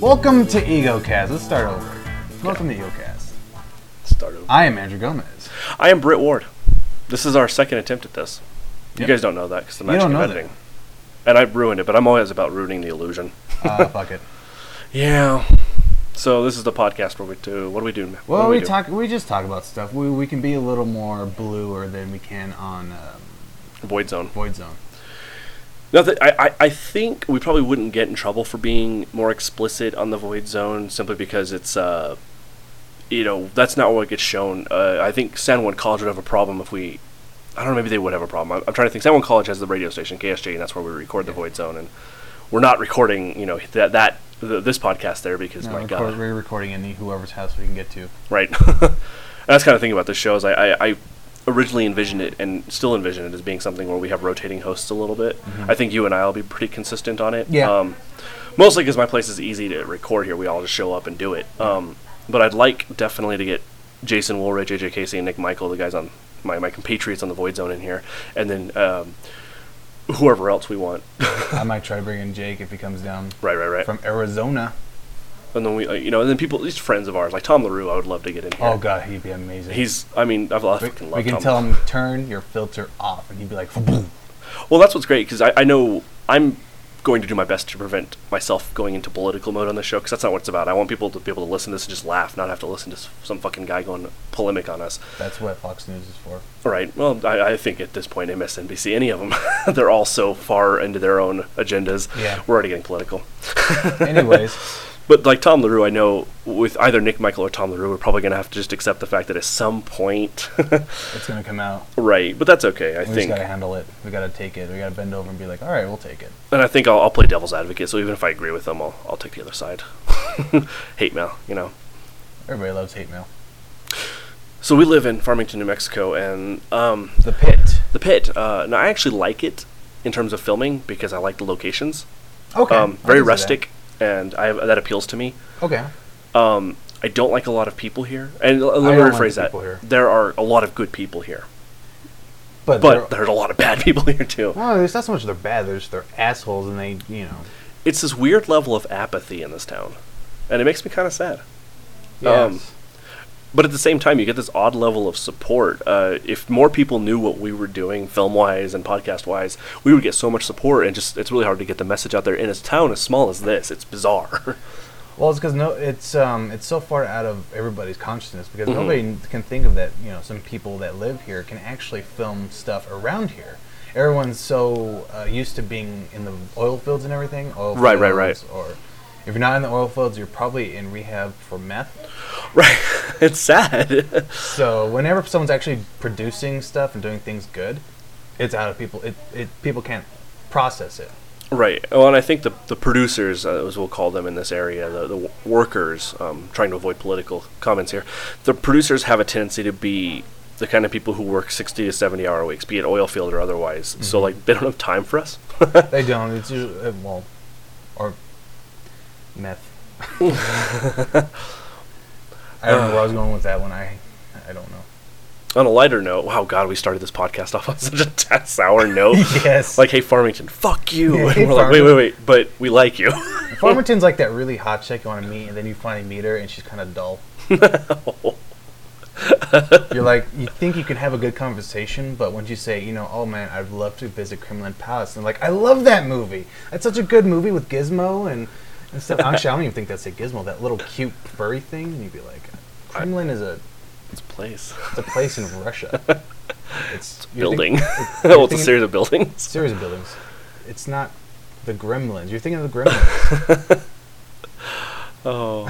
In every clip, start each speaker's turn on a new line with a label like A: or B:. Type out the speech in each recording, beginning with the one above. A: Welcome to EgoCast. Let's start over. Welcome to EgoCast.
B: Start over.
A: I am Andrew Gomez.
B: I am Britt Ward. This is our second attempt at this. You
A: Yep.
B: guys don't know that because the
A: You
B: magic
A: don't
B: of
A: know that.
B: editing. And I've ruined it, but I'm always about ruining the illusion.
A: Uh, fuck it.
B: Yeah. So this is the podcast where we do. What do we do? What
A: Well,
B: do
A: we,
B: do?
A: talk. We just talk about stuff. We, we can be a little more bluer than we can on um,
B: Void zone.
A: Void Zone.
B: Nothing. I, I I think we probably wouldn't get in trouble for being more explicit on the void zone simply because it's uh, you know, that's not what gets shown. Uh, I think San Juan College would have a problem if we. I don't know. Maybe they would have a problem. I'm, I'm trying to think. San Juan College has the radio station KSJ, and that's where we record the void zone. And we're not recording, you know, that that th- this podcast there because
A: No,
B: my
A: record,
B: god,
A: We're recording in the whoever's house we can get to.
B: right? that's kind of thing about this show is I, I, I originally envisioned it and still envision it as being something where we have rotating hosts a little bit. I think you and I will be pretty consistent on it.
A: Mm-hmm. Yeah.
B: Um, mostly because my place is easy to record here. We all just show up and do it. Um, but I'd like definitely to get Jason Woolridge, AJ Casey, and Nick Michael, the guys on my, my compatriots on the Void Zone in here, and then um, whoever else we want.
A: I might try to bring in Jake if he comes down
B: right, right, right.
A: from Arizona.
B: and then we, uh, you know, and then people, these friends of ours, like Tom Larue, I would love to get in here.
A: Oh god, he'd be amazing.
B: He's, I mean, I've loved,
A: We,
B: fucking
A: we
B: love
A: can
B: Tom
A: tell
B: Larue.
A: him turn your filter off, and he'd be like, "Boom."
B: Well, that's what's great because I, I know I'm going to do my best to prevent myself going into political mode on the show because that's not what it's about. I want people to be able to listen to this and just laugh, not have to listen to s- some fucking guy going polemic on us.
A: That's what Fox News is for.
B: All right. Well, I, I think at this point, MSNBC, any of them, they're all so far into their own agendas.
A: Yeah.
B: We're already getting political.
A: Anyways,
B: But like Tom LaRue, I know with either Nick Michael or Tom LaRue, we're probably going to have to just accept the fact that at some point,
A: it's gonna come out.
B: right, but that's okay. I
A: We just
B: think.
A: gotta handle it. We gotta take it. We gotta bend over and be like, "All right, we'll take it."
B: And I think I'll, I'll play devil's advocate. So even if I agree with them, I'll, I'll take the other side. Hate mail, you know.
A: Everybody loves hate mail.
B: So we live in Farmington, New Mexico, and um,
A: The pit.
B: the pit. Uh, now I actually like it in terms of filming because I like the locations.
A: Okay.
B: Um, very rustic, and I have, that appeals to me.
A: Okay.
B: Um, I don't like a lot of people here, and l- let
A: I
B: me
A: don't like
B: rephrase
A: the
B: that.
A: people here.
B: There are a lot of good people here,
A: But,
B: but
A: they're,
B: there's a lot of bad people here too.
A: well, it's not so much they're bad. They're just they're assholes, and they you know.
B: It's this weird level of apathy in this town, and it makes me kind of sad. Um,
A: Yes.
B: but at the same time, you get this odd level of support. Uh, if more people knew what we were doing, film wise and podcast wise, we would get so much support, and just it's really hard to get the message out there in a town as small as this. It's bizarre.
A: well, it's because no, it's um, it's so far out of everybody's consciousness because
B: Mhm.
A: nobody n- can think of that. You know, some people that live here can actually film stuff around here. Everyone's so uh, used to being in the oil fields and everything. Oil
B: Right, right,
A: fields, Or if you're not in the oil fields, you're probably in rehab for meth.
B: right? It's sad.
A: So whenever someone's actually producing stuff and doing things good, it's out of people. It, it people can't process it.
B: right. Well, and I think the the producers, uh, as we'll call them in this area, the the w- workers, um, trying to avoid political comments here, the producers have a tendency to be the kind of people who work 60 to 70 hour weeks be it oil field or otherwise so like they don't have time for us
A: They don't. It's usually uh, well, or meth. I don't know where I was going with that one. I I don't know.
B: on a lighter note, wow, God, we started this podcast off on such a t- sour note.
A: Yes.
B: Like, hey, Farmington, fuck you.
A: Yeah,
B: and
A: hey,
B: we're like, wait, wait, wait, but we like you.
A: Farmington's like that really hot chick you want to meet, and then you finally meet her, and she's kind of dull. You're like, you think you can have a good conversation, but once you say, you know, oh man, I'd love to visit Kremlin Palace, and like, I love that movie. That's such a good movie with Gizmo and, and stuff. Actually, I don't even think that's a Gizmo, that little cute furry thing. And you'd be like, Kremlin is a,
B: it's a place.
A: it's a place in Russia. It's you're think-
B: Building.
A: you're
B: well, it's a
A: thinking-
B: series of buildings.
A: series of buildings. It's not the Gremlins. You're thinking of the Gremlins.
B: Oh,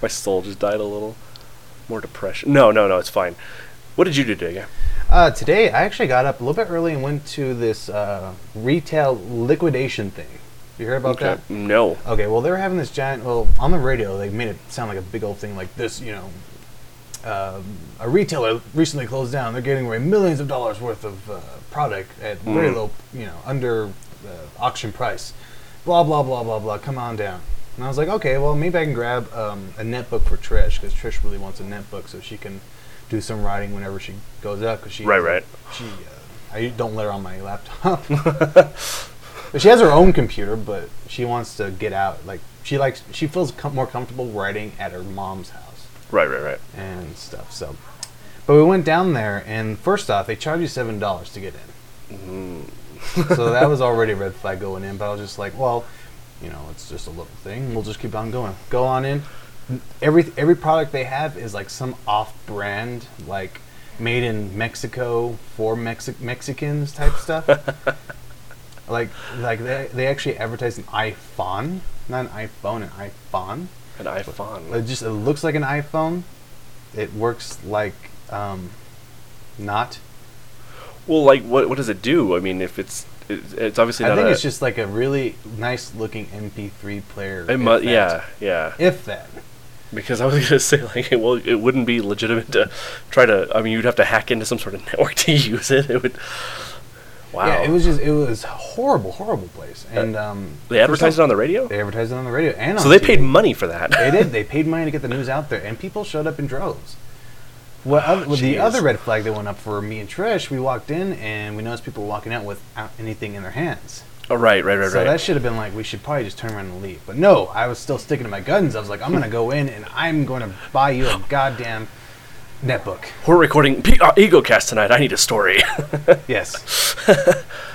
B: my soul just died a little. More depression. No, no, no, it's fine. What did you do today?
A: Uh, today, I actually got up a little bit early and went to this uh, retail liquidation thing. You heard about that?
B: No.
A: Okay, well, they were having this giant. Well, on the radio, they made it sound like a big old thing, like this, you know. Um, a retailer recently closed down. They're giving away millions of dollars worth of uh, product at very low, you know, under uh, auction price. Blah blah blah blah blah. Come on down. And I was like, okay, well, maybe I can grab um, a netbook for Trish because Trish really wants a netbook so she can do some writing whenever she goes out. Because she
B: Right, right.
A: she uh, I don't let her on my laptop. But she has her own computer, but she wants to get out. Like she likes, she feels com- more comfortable writing at her mom's house
B: Right, right, right.
A: and stuff. So, but we went down there, and first off, they charge you seven dollars to get in. so that was already a red flag going in. But I was just like, well, you know, it's just a little thing. We'll just keep on going. Go on in. Every every product they have is like some off-brand, like made in Mexico for Mexi- Mexicans type stuff. like like they they actually advertise an iPhone, not an iPhone, an iPhone.
B: An iPhone.
A: It just it looks like an iPhone. It works like um, not.
B: Well, like, what what does it do? I mean, if it's it's, it's obviously
A: I
B: not.
A: think
B: a,
A: it's just like a really nice looking MP3 player.
B: It
A: if
B: mu-
A: that.
B: yeah, yeah.
A: If that.
B: Because I was gonna say like, well, it wouldn't be legitimate to try to. I mean, you'd have to hack into some sort of network to use it. It would. Wow. Uh,
A: Yeah, it was just it was horrible, horrible place. And um,
B: they advertised it on the radio.
A: They advertised it on the radio and on
B: So they
A: TV.
B: paid money for that.
A: They did. They paid money to get the news out there, and people showed up in droves. Well, oth- with the
B: Oh, jeez.
A: other red flag that went up for me and Trish, we walked in and we noticed people walking out without anything in their hands.
B: oh, right, right, right,
A: So that
B: right.
A: should have been like we should probably just turn around and leave. But no, I was still sticking to my guns. I was like, I'm gonna go in and I'm going to buy you a goddamn netbook.
B: We're recording P- uh, EgoCast tonight. I need a story.
A: Yes.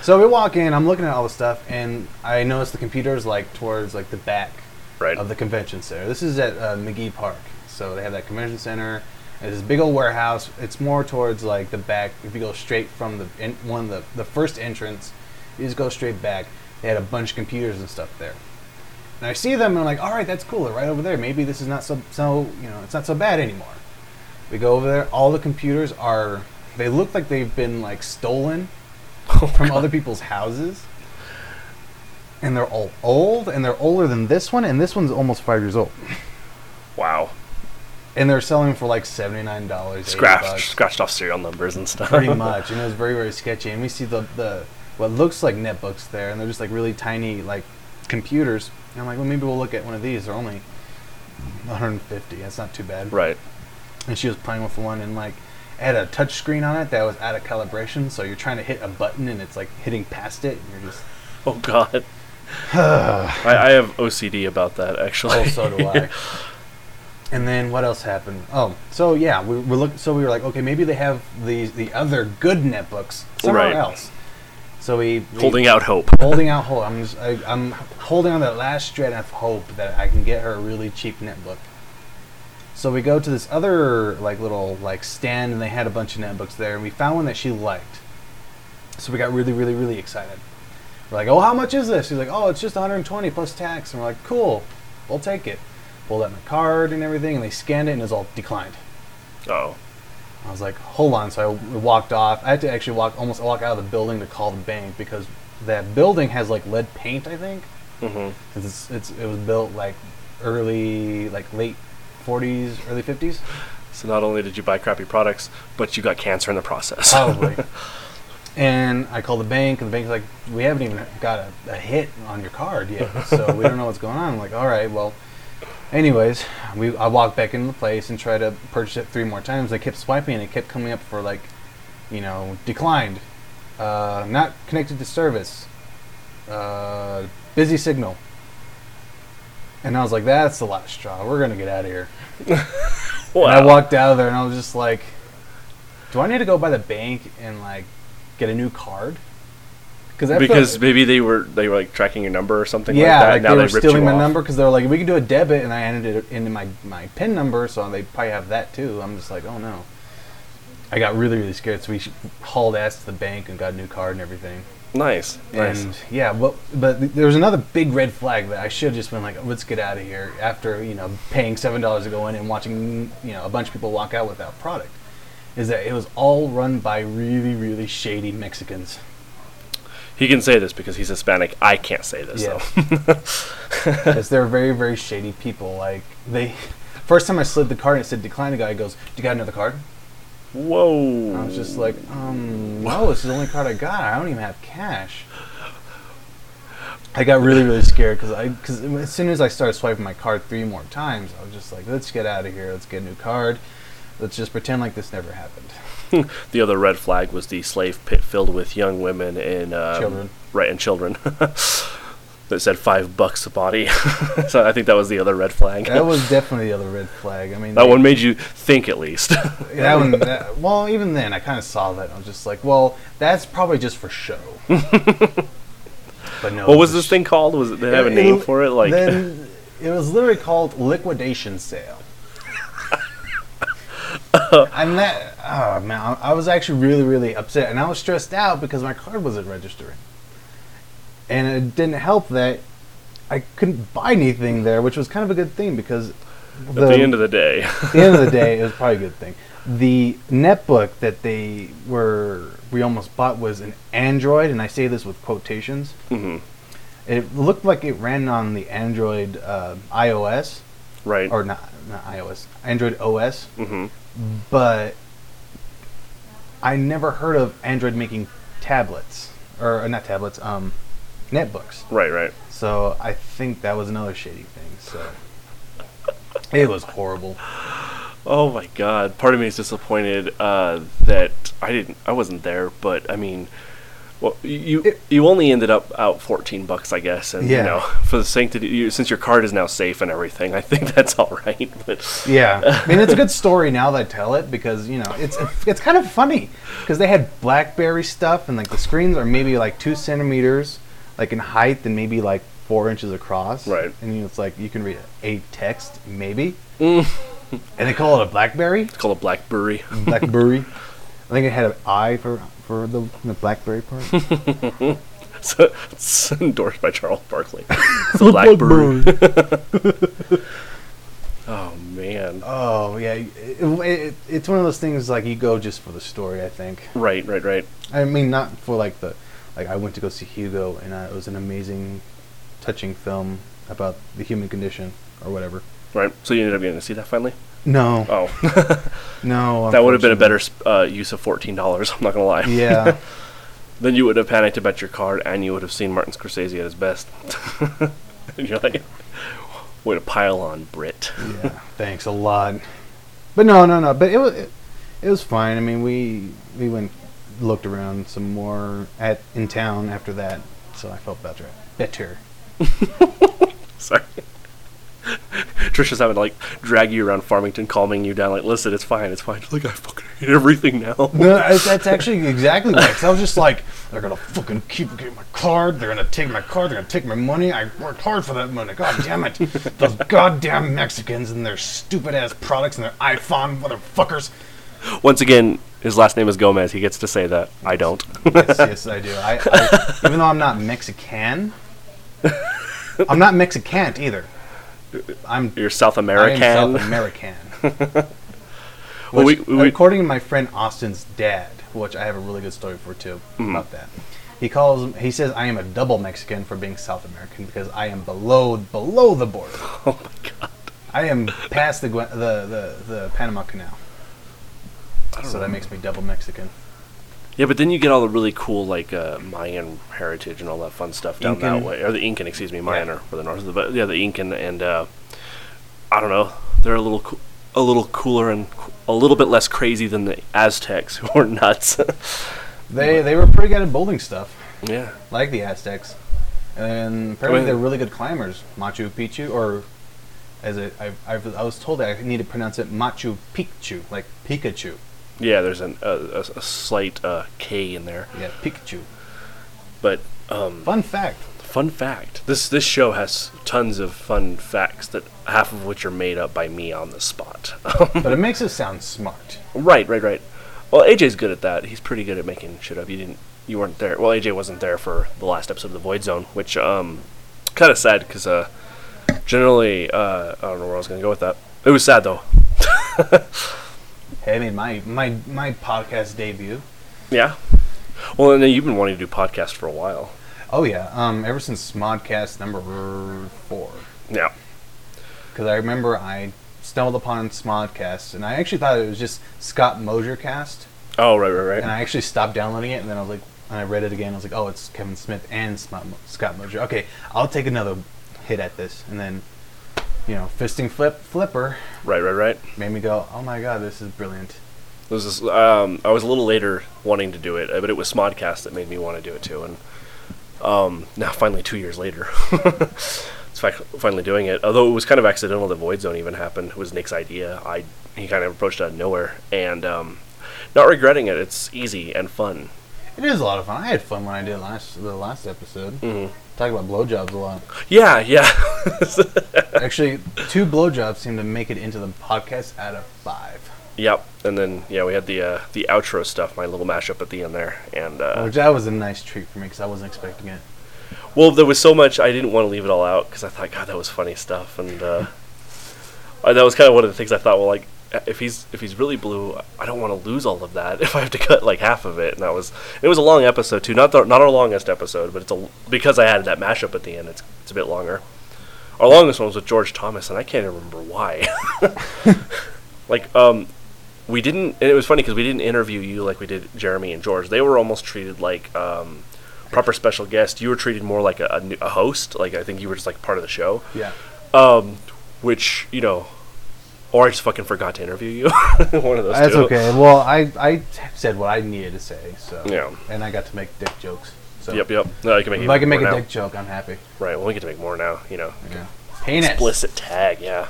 A: so we walk in. I'm looking at all the stuff, and I notice the computer's like towards like the back
B: Right.
A: of the convention center. This is at uh, McGee Park, so they have that convention center. It's this big old warehouse. It's more towards like the back. If you go straight from the in, one of the the first entrance, you just go straight back. They had a bunch of computers and stuff there. And I see them, and I'm like, all right, that's cool. They're right over there. Maybe this is not so so you know it's not so bad anymore. We go over there. All the computers are. They look like they've been like stolen
B: Oh,
A: from other people's houses. And they're all old, and they're older than this one, and this one's almost five years old.
B: wow.
A: And they're selling for like seventy nine dollars,
B: Scratched, scratched off serial numbers and stuff.
A: pretty much. And it was very very sketchy. And we see the the what looks like netbooks there, and they're just like really tiny like computers. And I'm like, well, maybe we'll look at one of these. They're only one hundred and fifty. That's not too bad.
B: Right.
A: and she was playing with one and like it had a touch screen on it that was out of calibration so you're trying to hit a button and it's like hitting past it and you're just
B: Oh God. I, I have OCD about that actually.
A: oh so do i and then what else happened oh so yeah we were look so we were like okay maybe they have the the other good netbooks somewhere
B: Right.
A: else so we, we
B: Holding out hope.
A: holding out hope i'm just, I, i'm holding on that last shred of hope that i can get her a really cheap netbook So we go to this other like little like stand, and they had a bunch of netbooks there, and we found one that she liked. So we got really, really, really excited. We're like, "Oh, how much is this?" She's like, "Oh, it's just 120 plus tax." And we're like, "Cool, we'll take it." Pulled out my card and everything, and they scanned it, and it was all declined.
B: Oh.
A: I was like, "Hold on!" So I w- walked off. I had to actually walk almost walk out of the building to call the bank because that building has like lead paint, I think.
B: hmm
A: 'Cause It's, it's it was built like early, like late 40s, early 50s.
B: So not only did you buy crappy products, but you got cancer in the process.
A: Probably. and I called the bank, and the bank's like, "We haven't even got a, a hit on your card yet, so we don't know what's going on." I'm like, "All right, well." Anyways, we I walked back into the place and tried to purchase it three more times. I kept swiping, and it kept coming up for like, you know, declined, uh, not connected to service, uh, busy signal. And I was like, "That's the last straw. We're gonna get out of here."
B: wow.
A: And I walked out of there and I was just like, do I need to go by the bank and like get a new card? I feel
B: because
A: like-
B: maybe they were they were like tracking your number or something
A: yeah,
B: like that.
A: like
B: now
A: they were
B: ripped
A: stealing
B: you
A: my
B: off.
A: number because they were like, we can do a debit, and I entered it into my my pin number, so they probably have that too. I'm just like, oh no. I got really really scared, so we sh- hauled ass to the bank and got a new card and everything.
B: Nice, nice.
A: And yeah, but but th- there was another big red flag that I should have just been like, let's get out of here after you know paying seven dollars to go in and watching you know a bunch of people walk out without product. Is that it was all run by really really shady Mexicans.
B: he can say this because he's Hispanic. I can't say this
A: Yeah.
B: though.
A: Because they're very very shady people. Like they, first time I slid the card and it said decline, the guy goes, "Do you got another card?"
B: Whoa!
A: And I was just like, um, no, this is the only card I got. I don't even have cash. I got really, really scared because I, because as soon as I started swiping my card three more times, I was just like, let's get out of here. Let's get a new card. Let's just pretend like this never happened.
B: the other red flag was the slave pit filled with young women and um,
A: Children.
B: right and children. that said five bucks a body. so I think that was the other red flag.
A: That was definitely the other red flag. I mean,
B: that
A: they-
B: one made you think at least.
A: That one. That, well, even then, I kind of saw that. and I was just like, well, that's probably just for show. but no.
B: what
A: it
B: was
A: a
B: this
A: sh-
B: thing called? Was it, did it have a name for it? Like
A: then it was literally called liquidation sale. and that, oh man, I, I was actually really, really upset, and I was stressed out because my card wasn't registering, and it didn't help that I couldn't buy anything there, which was kind of a good thing because
B: at the end of the day.
A: the end of the day, it was probably a good thing. The netbook that they were we almost bought was an Android, and I say this with quotations.
B: Mhm.
A: It looked like it ran on the Android uh, iOS
B: right.
A: or not not iOS, Android OS,
B: Mhm.
A: but I never heard of Android making tablets or uh, not tablets, um, netbooks.
B: Right, right.
A: So I think that was another shady thing. So it was horrible.
B: Oh my god. Part of me is disappointed uh, that I didn't I wasn't there, but I mean well, you
A: It-
B: you only ended up out fourteen bucks, I guess, and
A: Yeah.
B: you know for the sanctity, you, since your card is now safe and everything, I think that's all right. But
A: Yeah, I mean it's a good story now that I tell it because you know it's it's kind of funny because they had BlackBerry stuff and like the screens are maybe like two centimeters like in height and maybe like four inches across.
B: Right.
A: And you know, it's like you can read a text maybe,
B: Mm.
A: and they call it a BlackBerry.
B: it's called a blackberry.
A: BlackBerry. I think it had an I for for the, the BlackBerry part.
B: So it's endorsed by Charles Barkley. It's a blackberry. Oh man.
A: oh yeah, it, it, it's one of those things like you go just for the story. I think.
B: Right, right, right.
A: I mean, not for like the, like I went to go see Hugo, and uh, it was an amazing, touching film about the human condition or whatever.
B: Right. So you ended up getting to see that finally?
A: No,
B: Oh.
A: no,
B: that would have been a better
A: unfortunately.
B: sp- uh, use of $14, I'm not going to lie.
A: Yeah,
B: then you would have panicked about your card and you would have seen Martin Scorsese at his best. and you're like, way to pile on, Brit.
A: yeah. Thanks a lot, but no, no, no. But it was, it, it was fine. I mean, we we went looked around some more at in town after that, so I felt better. Better.
B: Sorry. Trisha's having to like drag you around Farmington, calming you down. Like, listen, it's fine, it's fine. You're like, I fucking hate everything now.
A: No, that's, that's actually exactly what. 'cause I was just like, they're gonna fucking keep getting my card. They're gonna take my card. They're gonna take my money. I worked hard for that money. God damn it! Those goddamn Mexicans and their stupid ass products and their iPhone motherfuckers.
B: Once again, his last name is Gomez. He gets to say that. I don't.
A: Yes, yes, I do. I, I even though I'm not Mexican, I'm not Mexican either. I'm
B: You're South American.
A: I am South American.
B: Well,
A: Which,
B: we- we-
A: according to my friend Austin's dad, which I have a really good story for too
B: Mm-hmm.
A: about that. He calls he says I am a double Mexican for being South American because I am below below the border.
B: oh my god.
A: I am past the Gwen- the the, the Panama Canal. So that makes me double Mexican.
B: Yeah, but then you get all the really cool like uh, Mayan heritage and all that fun stuff down
A: Incan.
B: that way, or the Incan, excuse me, Mayan
A: Yeah.
B: or for the north of the, but yeah, the Incan and uh, I don't know, they're a little coo- a little cooler and co- a little bit less crazy than the Aztecs who are nuts.
A: They they were pretty good at building stuff,
B: yeah,
A: like the Aztecs, and apparently
B: Well-
A: they're really good climbers. Machu Picchu, or as it I, I I was told I need to pronounce it Machu Picchu, like Pikachu.
B: yeah, there's an, a, a, a slight uh, K in there,
A: Yeah, Pikachu.
B: but um,
A: Fun fact.
B: fun fact: this this show has tons of fun facts that half of which are made up by me on the spot.
A: but it makes it sound smart.
B: Right, right, right. Well, AJ's good at that. He's pretty good at making shit up. You didn't, you weren't there. Well, AJ wasn't there for the last episode of the Void Zone, which um, kind of sad because uh, generally uh, I don't know where I was gonna go with that. It was sad though.
A: Hey, I made my my my podcast debut.
B: Yeah. Well, and then you've been wanting to do podcasts for a while.
A: Oh yeah, um, ever since Smodcast number four,
B: Yeah.
A: because I remember I stumbled upon Smodcast, and I actually thought it was just Scott Mosiercast,
B: Oh, right, right,
A: and
B: right.
A: I actually stopped downloading it, and then I was like, and I read it again, I was like, oh, it's Kevin Smith and Smod- Scott Mosier. Okay, I'll take another hit at this, and then you know, fisting flip flipper
B: Right, right, right.
A: made me go, oh my god, this is brilliant.
B: It was this, um, I was a little later wanting to do it, uh, but it was Smodcast that made me want to do it too. And um, now, finally, two years later, it's fac- finally doing it. Although it was kind of accidental that Void Zone even happened. It was Nick's idea. I he kind of approached it out of nowhere, and um, not regretting it. It's easy and fun.
A: It is a lot of fun. I had fun when I did last the last episode.
B: Mhm.
A: Talk about blowjobs a lot.
B: Yeah, yeah.
A: Actually, two blowjobs seem to make it into the podcast out of five,
B: yep. And then yeah, we had the uh, the outro stuff, my little mashup at the end there, and uh,
A: which that was a nice treat for me because I wasn't expecting it.
B: Well, there was so much I didn't want to leave it all out because I thought, God, that was funny stuff, and uh, uh, that was kind of one of the things I thought. Well, like if he's if he's really blue, I don't want to lose all of that if I have to cut like half of it. And that was it was a long episode too, not the, not our longest episode, but it's a because I added that mashup at the end. It's it's a bit longer. Our longest one was with George Thomas, and I can't even remember why. like um. We didn't, and it was funny because we didn't interview you like we did Jeremy and George. They were almost treated like um, proper special guest, you were treated more like a, a new- a host. Like I think you were just like part of the show,
A: Yeah,
B: um, which you know, or I just fucking forgot to interview you. One of those.
A: that's
B: two.
A: okay. Well, I I said what I needed to say, so
B: Yeah.
A: and I got to make dick jokes. So
B: Yep, yep. No, you can make.
A: if
B: even
A: I can make a
B: more now.
A: dick joke, I'm happy.
B: Right. Well, we get to make more now. You know,
A: Yeah, penis.
B: explicit tag. Yeah.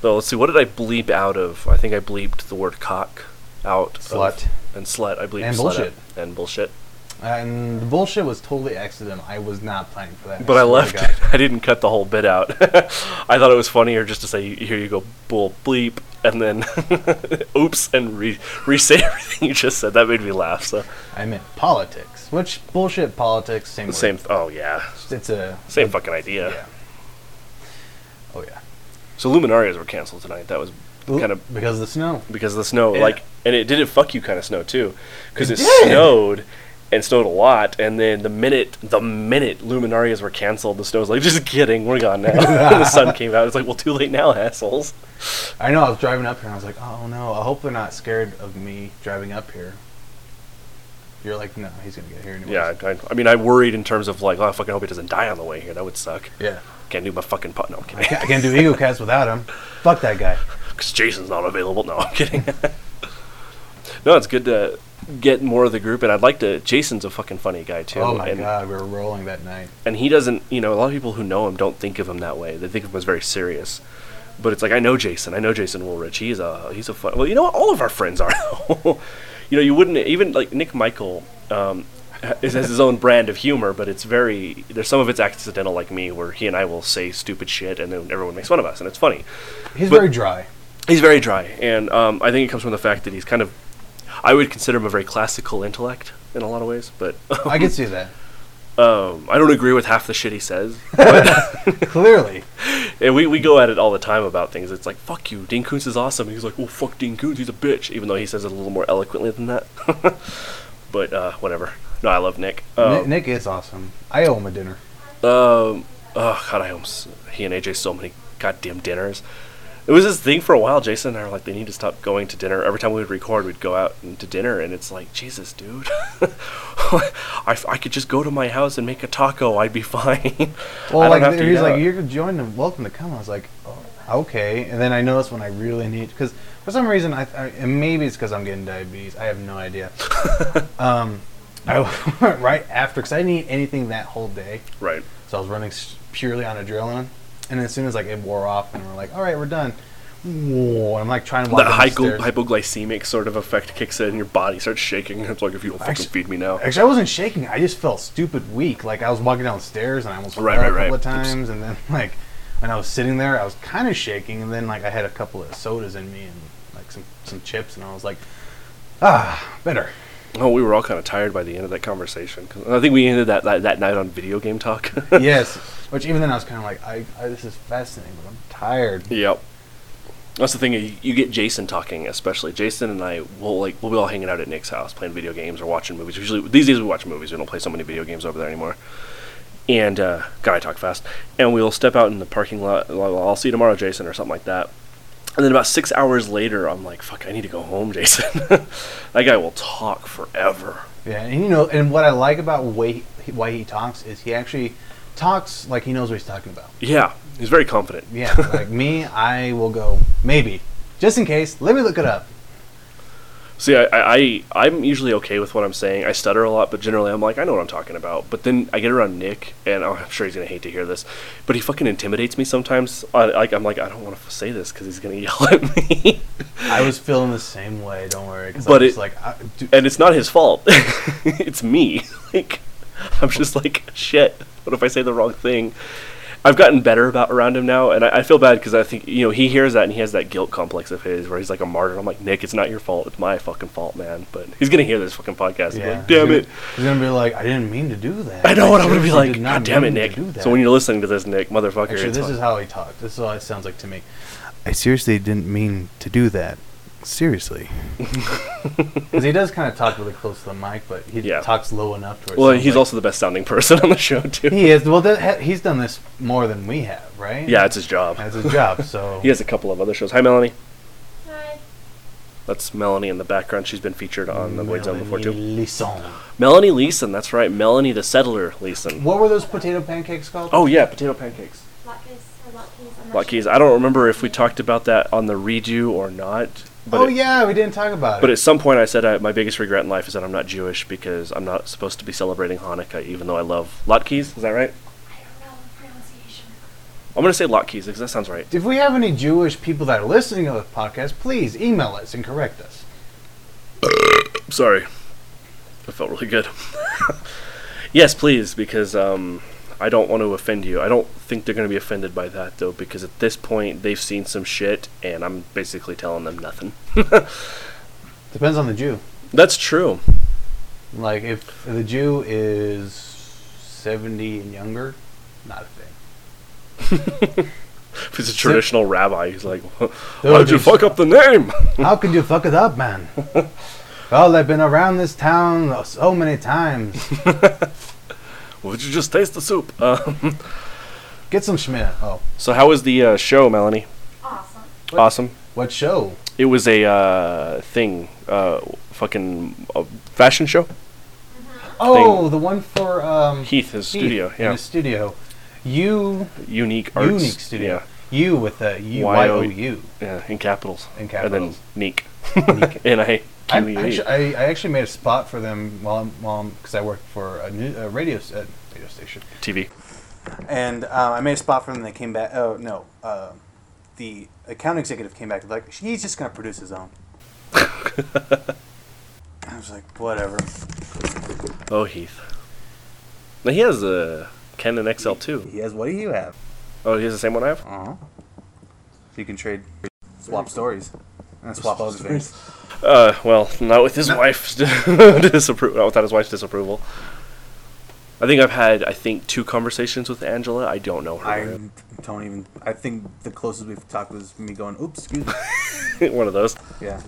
B: So let's see. What did I bleep out of? I think I bleeped the word cock out. of-
A: Slut.
B: and slut. I bleeped
A: And
B: slut out.
A: bullshit.
B: and bullshit.
A: And the bullshit was totally accidental. I was not planning for that.
B: But I
A: swear to
B: left
A: God.
B: it. I didn't cut the whole bit out. I thought it was funnier just to say, "Here you go, bull bleep," and then, "Oops," and re re-say everything you just said. That made me laugh. So
A: I meant politics, which bullshit politics, same.
B: the
A: word.
B: same. Th- oh yeah,
A: It's a
B: same fucking idea.
A: Yeah. Oh yeah.
B: So Luminarias were canceled tonight. That was kind of
A: because of the snow.
B: because of the snow.
A: Yeah.
B: Like, and it didn't fuck you kind of snow too, because
A: It
B: it,
A: did.
B: snowed and snowed a lot. And then the minute the minute Luminarias were canceled, the snow was like, "Just kidding, we're gone now." the sun came out. It's like, well, too late now, assholes.
A: I know. I was driving up here and I was like, oh no. I hope they're not scared of me driving up here. You're like, no, he's gonna get here anyway.
B: Yeah, I, I- I mean, I worried in terms of like, oh, I fucking hope he doesn't die on the way here. That would suck.
A: Yeah.
B: Can't do my fucking pot. No, I'm
A: I
B: kidding.
A: can't, I can't do ego cast without him. Fuck that guy.
B: Because Jason's not available. No, I'm kidding. no, it's good to get more of the group, and I'd like to. Jason's a fucking funny guy too.
A: Oh my
B: and,
A: god, we were rolling that night.
B: and he doesn't. You know, a lot of people who know him don't think of him that way. They think of him as very serious. But it's like I know Jason. I know Jason Woolrich. He's a he's a fun. Well, you know what? All of our friends are. you know, you wouldn't even like Nick Michael. Um, ha- is- has his own brand of humor, but it's very there's some of it's accidental, like me, where he and I will say stupid shit, and then everyone makes fun of us, and it's funny.
A: He's
B: But-
A: very dry.
B: He's very dry, and um, I think it comes from the fact that he's kind of I would consider him a very classical intellect in a lot of ways, but
A: I can see that
B: um, I don't agree with half the shit he says.
A: clearly.
B: And we, we go at it all the time about things. It's like, fuck you, Dean Koontz is awesome. And he's like, well, fuck Dean Koontz, he's a bitch. Even though he says it a little more eloquently than that. but uh, whatever. No, I love Nick.
A: Nick,
B: Um,
A: Nick is awesome. I owe him a dinner.
B: um, oh, God, I owe him s- he and AJ so many goddamn dinners. It was this thing for a while. Jason and I were like, they need to stop going to dinner. Every time we would record, we'd go out and to dinner, and it's like, Jesus, dude. I, f- I could just go to my house and make a taco. I'd be fine. I
A: Well,
B: don't
A: like
B: have to eat
A: he's
B: out.
A: like, you're joined and welcome to come. I was like, oh, okay. And then I noticed when I really need because for some reason I, I and maybe it's because I'm getting diabetes. I have no idea. um, I went right after because I didn't eat anything that whole day,
B: Right.
A: so I was running s- purely on adrenaline. And as soon as like it wore off, and we're like, all right, we're done. Whoa, and I'm like trying to walk
B: that
A: up the
B: hypo-
A: stairs.
B: hypoglycemic sort of effect kicks in, and your body starts shaking. It's like if you don't fucking
A: Actu-
B: feed me now.
A: Actually, I wasn't shaking. I just felt stupid weak. Like I was walking down the stairs and I almost fell
B: Right,
A: a
B: right,
A: couple
B: right.
A: of times. And then like when I was sitting there, I was kind of shaking. And then like I had a couple of sodas in me and like some some chips, and I was like, ah, better.
B: Oh, we were all kind of tired by the end of that conversation. 'Cause I think we ended that, that that night on video game talk.
A: yes. Which even then I was kind of like, I, I this is fascinating, but I'm tired.
B: Yep. That's the thing. You, you get Jason talking, especially Jason and I. will like we'll be all hanging out at Nick's house, playing video games or watching movies. Usually these days we watch movies. We don't play so many video games over there anymore. And uh, God, I talk fast. And we'll step out in the parking lot. I'll I'll see you tomorrow, Jason, or something like that. And then about six hours later, I'm like, "Fuck, I need to go home, Jason." that guy will talk forever.
A: Yeah, and you know, and what I like about way he, why he talks is he actually talks like he knows what he's talking about.
B: Yeah, he's very confident.
A: Yeah, like me, I will go maybe just in case. Let me look it up.
B: See, I, I, I, am usually okay with what I'm saying. I stutter a lot, but generally I'm like, I know what I'm talking about. But then I get around Nick, and oh, I'm sure he's gonna hate to hear this, but he fucking intimidates me sometimes. I, like I'm like, I don't want to say this because he's gonna yell at me.
A: I was feeling the same way. Don't worry, cause
B: But
A: I was
B: it-
A: like, I, dude,
B: and it's not his fault. it's me. Like I'm just like shit. What if I say the wrong thing? I've gotten better about around him now, and I, I feel bad because I think you know he hears that and he has that guilt complex of his where he's like a martyr. I'm like Nick, it's not your fault. It's my fucking fault, man. But he's gonna hear this fucking podcast. and be like,
A: he's
B: damn
A: gonna-
B: it.
A: He's gonna be like, I didn't mean to do that.
B: I know, and I'm gonna be
A: seriously
B: like,
A: did not
B: God damn it,
A: mean to
B: Nick.
A: do that."
B: So when you're listening to this, Nick, motherfucker,
A: Actually,
B: it's
A: this
B: fine.
A: is how he talked. This is how it sounds like to me. I seriously didn't mean to do that. Seriously, because he does kind of talk really close to the mic, but he
B: Yeah.
A: talks low enough to. Where it
B: well,
A: sounds
B: he's
A: like-
B: also the best sounding person on the show too.
A: he is. Well, that, ha- he's done this more than we have, right?
B: yeah, it's his job.
A: that's his job. So
B: He has a couple of other shows. Hi, Melanie.
C: Hi.
B: That's Melanie in the background. She's been featured on the Void Zone before too.
A: Melanie Lisson.
B: Melanie Leeson. That's right, Melanie the Settler Leeson.
A: What were those potato pancakes called?
B: Oh yeah, potato pancakes.
C: Latkes or latkes? I'm not
B: Luckies.
C: sure.
B: I don't remember if we talked about that on the redo or not. But
A: Oh,
B: it-
A: yeah, we didn't talk about
B: But
A: it.
B: at some point, I said I, my biggest regret in life is that I'm not Jewish because I'm not supposed to be celebrating Hanukkah, even though I love latkes. Is that right?
C: I don't know the pronunciation.
B: I'm gonna say latkes because that sounds right.
A: if we have any Jewish people that are listening to the podcast, please email us and correct us.
B: Sorry. That felt really good. yes, please, because um, I don't want to offend you. I don't think they're going to be offended by that, though, because at this point, they've seen some shit, and I'm basically telling them nothing.
A: Depends on the Jew.
B: That's true.
A: Like, if the Jew is 70 and younger, not a thing.
B: If it's a traditional rabbi, he's like,
A: Those
B: How'd you
A: are-
B: fuck up the name?
A: How could you fuck it up, man? Well, I've been around this town so many times.
B: Would you just taste the soup? Uh,
A: Get some schmear. Oh,
B: so, how was the uh, show, Melanie?
C: Awesome.
A: What?
B: Awesome.
A: what show?
B: It was a uh, thing, uh, fucking uh, fashion show.
A: Oh, the one for um,
B: Heath, his studio,
A: in
B: yeah.
A: his studio. You
B: Unique Arts.
A: unique studio.
B: Yeah.
A: You with a U Y O U.
B: Yeah, in capitals.
A: In capitals.
B: And then Neek.
A: Unique.
B: N I
A: I,
B: Q E
A: actu-
B: A.
A: I, I actually made a spot for them while I'm while because I worked for a new a radio s- uh, radio station,
B: TV.
A: and uh, I made a spot for them. They came back. Oh no, uh, the account executive came back like he's just gonna produce his own. I was like, whatever.
B: Oh, Heath. Now he has a Canon XL2.
A: He has what do you have?
B: Oh, he has the same one I have?
A: Uh huh. So you can trade swap stories. And swap other things.
B: Uh, well, not with his wife's disapproval. Not without his wife's disapproval. I think I've had, I think, two conversations with Angela. I don't know her.
A: I don't even. I think the closest we've talked was me going, "Oops, excuse me."
B: one of those.
A: Yeah.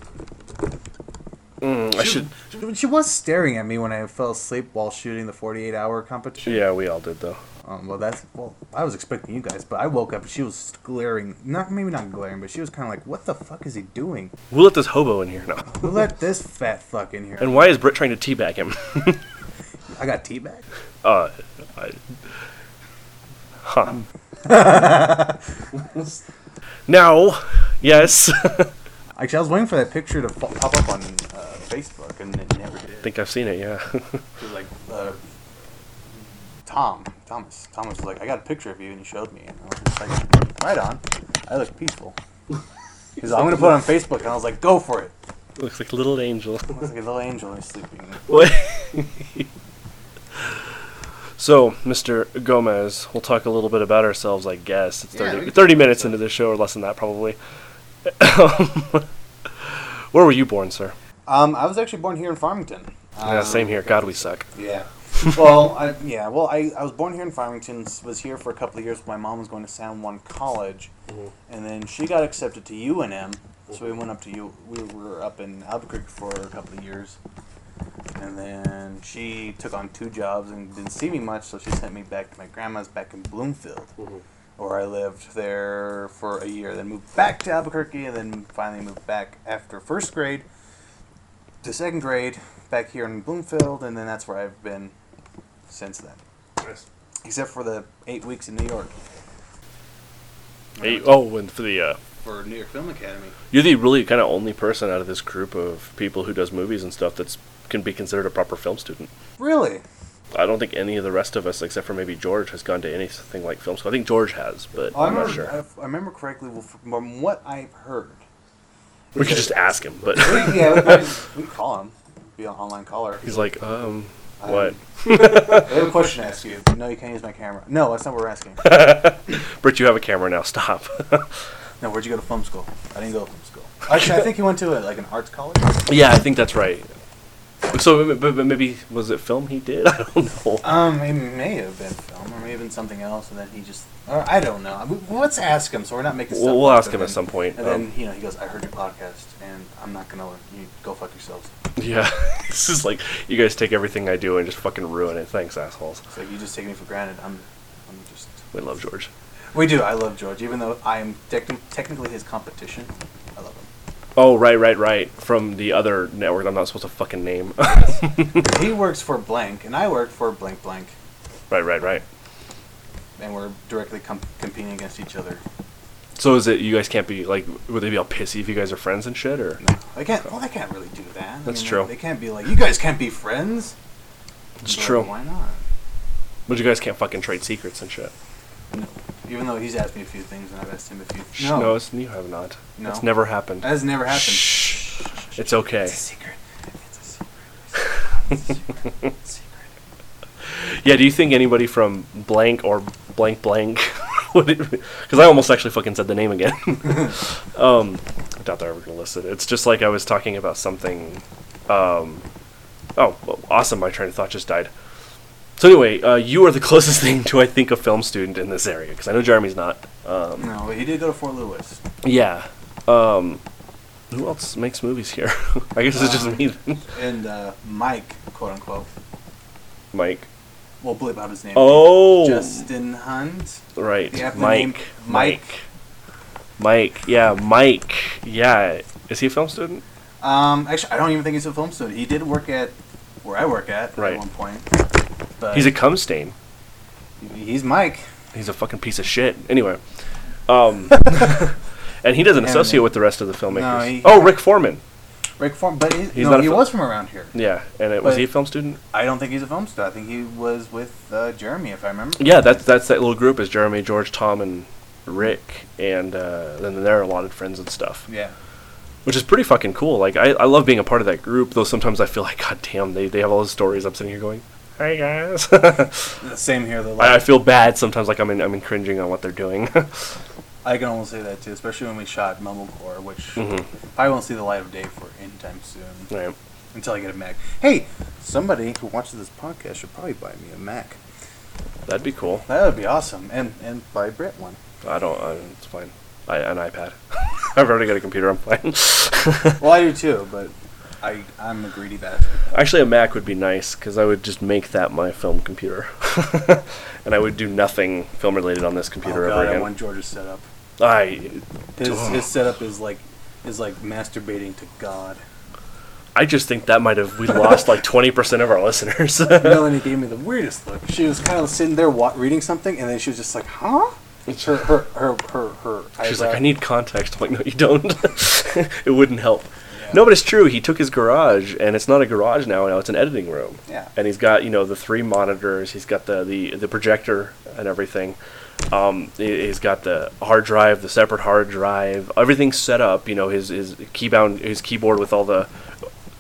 B: Mm, I should.
A: She, she was staring at me when I fell asleep while shooting the 48 hour competition.
B: Yeah, we all did though.
A: Um, well, that's. Well, I was expecting you guys, but I woke up and she was glaring. Not Maybe not glaring, but she was kind of like, what the fuck is he doing?
B: We'll let this hobo in here now.
A: Who let this fat fuck in here?
B: And why is Britt trying to teabag him?
A: I got teabag?
B: uh, I, huh. now, yes.
A: Actually, I was waiting for that picture to fo- pop up on uh, Facebook, and it never did.
B: think I've seen it. Yeah.
A: It was like, uh, Tom, Thomas. Thomas was like, I got a picture of you, and he showed me. And I was just like, right on. I look peaceful. He's like, I'm going to put it on Facebook. And I was like, go for it.
B: Looks like a little angel.
A: Looks like a little angel is sleeping.
B: so, Mr. Gomez, we'll talk a little bit about ourselves, I guess. It's
A: Yeah, we
B: 30,
A: can
B: 30 minutes into this show, or less than that, probably. Where were you born, sir?
A: Um, I was actually born here in Farmington. Um,
B: yeah, same here. God, we suck.
A: Yeah. well, I, yeah. Well, I, I was born here in Farmington. s- Was here for a couple of years. My mom was going to San Juan College, and then she got accepted to UNM. So we went up to U. We were up in Albuquerque for a couple of years, and then she took on two jobs and didn't see me much. So she sent me back to my grandma's back in Bloomfield, where I lived there for a year. Then moved back to Albuquerque, and then finally moved back after first grade to second grade back here in Bloomfield, and then that's where I've been since then. except for the eight weeks in New York
B: Hey, oh, and for the uh,
A: for New York Film Academy.
B: you're the really kind of only person out of this group of people who does movies and stuff that's can be considered a proper film student.
A: Really?
B: I don't think any of the rest of us, except for maybe George, has gone to anything like film school. I think George has, but
A: I
B: I'm
A: remember,
B: not sure.
A: If I remember correctly, well, from what I've heard.
B: we could just ask him, but
A: yeah, we, probably- we can call him. Be an online caller.
B: he's like, um,
A: Um,
B: what?
A: I have a question to ask you. No, you can't use my camera. No, that's not what we're asking.
B: Britt, you have a camera now. Stop.
A: No, where'd you go to film school? I didn't go to film school. Actually, I think you went to like an arts college.
B: yeah, I think that's right. So, m- but, but maybe was it film he did? I don't know.
A: Um, it may have been film, or maybe something else, and then he just, or I don't know. We- Let's ask him, so we're not making.
B: We'll-
A: stuff
B: we'll
A: up,
B: ask
A: and
B: him at
A: then-
B: some point,
A: And
B: um,
A: then you know he goes, "I heard your podcast, and I'm not gonna. You go fuck yourselves."
B: Yeah, this is like you guys take everything I do and just fucking ruin it. Thanks, assholes.
A: It's like you just take me for granted. I'm, I'm just.
B: We love George.
A: We do. I love George, even though I'm tec- technically his competition. I love him.
B: Oh, right, right, right. From the other network, I'm not supposed to fucking name.
A: He works for blank, and I work for blank blank,
B: right, right, right.
A: and we're directly com- competing against each other.
B: So is it you guys can't be like? Would they be all pissy if you guys are friends and shit? Or
A: No, they can't. Well, they can't really do that. I
B: That's
A: mean,
B: true.
A: They can't be like, you guys can't be friends.
B: it's
A: But
B: true.
A: Why not?
B: But you guys can't fucking trade secrets and shit.
A: No. Even though he's asked me a few things and I've asked him a few.
B: Shh,
A: No,
B: no it's, you have not.
A: No.
B: It's never happened.
A: that has never happened.
B: Shh. It's okay.
A: It's a secret. It's a secret. It's a secret. It's a secret.
B: Yeah. Do you think anybody from blank or blank blank would? Because I almost actually fucking said the name again. um, I doubt they're ever gonna listen. It's just like I was talking about something. Um, oh, well, awesome! My train of thought just died. So anyway, uh, you are the closest thing to I think a film student in this area because I know Jeremy's not. Um,
A: No, but he did go to Fort Lewis.
B: Yeah. Um, who else makes movies here? I guess it's just
A: Um,
B: me,
A: And uh, Mike, quote unquote,
B: Mike.
A: we'll blip out his name.
B: Oh,
A: Justin Hunt.
B: right,
A: you have the
B: Mike.
A: name
B: Mike.
A: Mike.
B: Mike. Yeah, Mike. Yeah. Is he a film student?
A: Um, actually, I don't even think he's a film student. He did work at where I work at
B: Right.
A: at one point. But
B: He's a cum stain.
A: he's Mike.
B: He's a fucking piece of shit. Anyway, um, and he doesn't
A: Yeah,
B: associate
A: man.
B: with the rest of the filmmakers.
A: No, he-
B: oh, Rick Foreman.
A: Rick Form, but he,
B: He's
A: no,
B: not a
A: he
B: fil-
A: was from around here.
B: Yeah, and it, was
A: But-
B: he a film student?
A: I don't think he's a film star. I think he was with uh, Jeremy, if I remember.
B: Yeah, that's that's that little group is Jeremy, George, Tom, and Rick, and uh, then they're allotted friends and stuff.
A: Yeah.
B: which is pretty fucking cool. Like I, I love being a part of that group, though sometimes I feel like, god damn, they, they have all those stories. I'm sitting here going, hey guys. I,
A: Same here. The
B: I feel bad sometimes. Like I'm in, I'm in cringing on what they're doing.
A: I can almost say that too, especially when we shot Mumblecore, which
B: Mhm.
A: I won't see the light of day for anytime soon
B: right.
A: until I get a Mac. Hey, somebody who watches this podcast should probably buy me a Mac.
B: That'd be cool.
A: That would be awesome, and and buy Brett one.
B: I don't. I, it's fine. I, an iPad. I've already got a computer. I'm fine.
A: Well, I do too, but I I'm a greedy bastard.
B: Actually, a Mac would be nice because I would just make that my film computer, and I would do nothing film related on this computer
A: oh god,
B: ever
A: I
B: again.
A: want George's setup.
B: I
A: His
B: Ugh.
A: his setup is like is like masturbating to God.
B: I just think that might have we lost like twenty percent of our listeners.
A: Melanie gave me the weirdest look. She was kind of sitting there wa- reading something, and then she was just like, "Huh?" Her her her her her.
B: She's
A: eyebrow-
B: like, I need context. I'm like, no, you don't. it wouldn't help. No, but it's true. He took his garage, and it's not a garage now. Now it's an editing room.
A: Yeah.
B: And he's got you know the three monitors. He's got the the, the projector and everything. Um, he- he's got the hard drive, the separate hard drive, everything set up. You know his his keybound, his keyboard with all the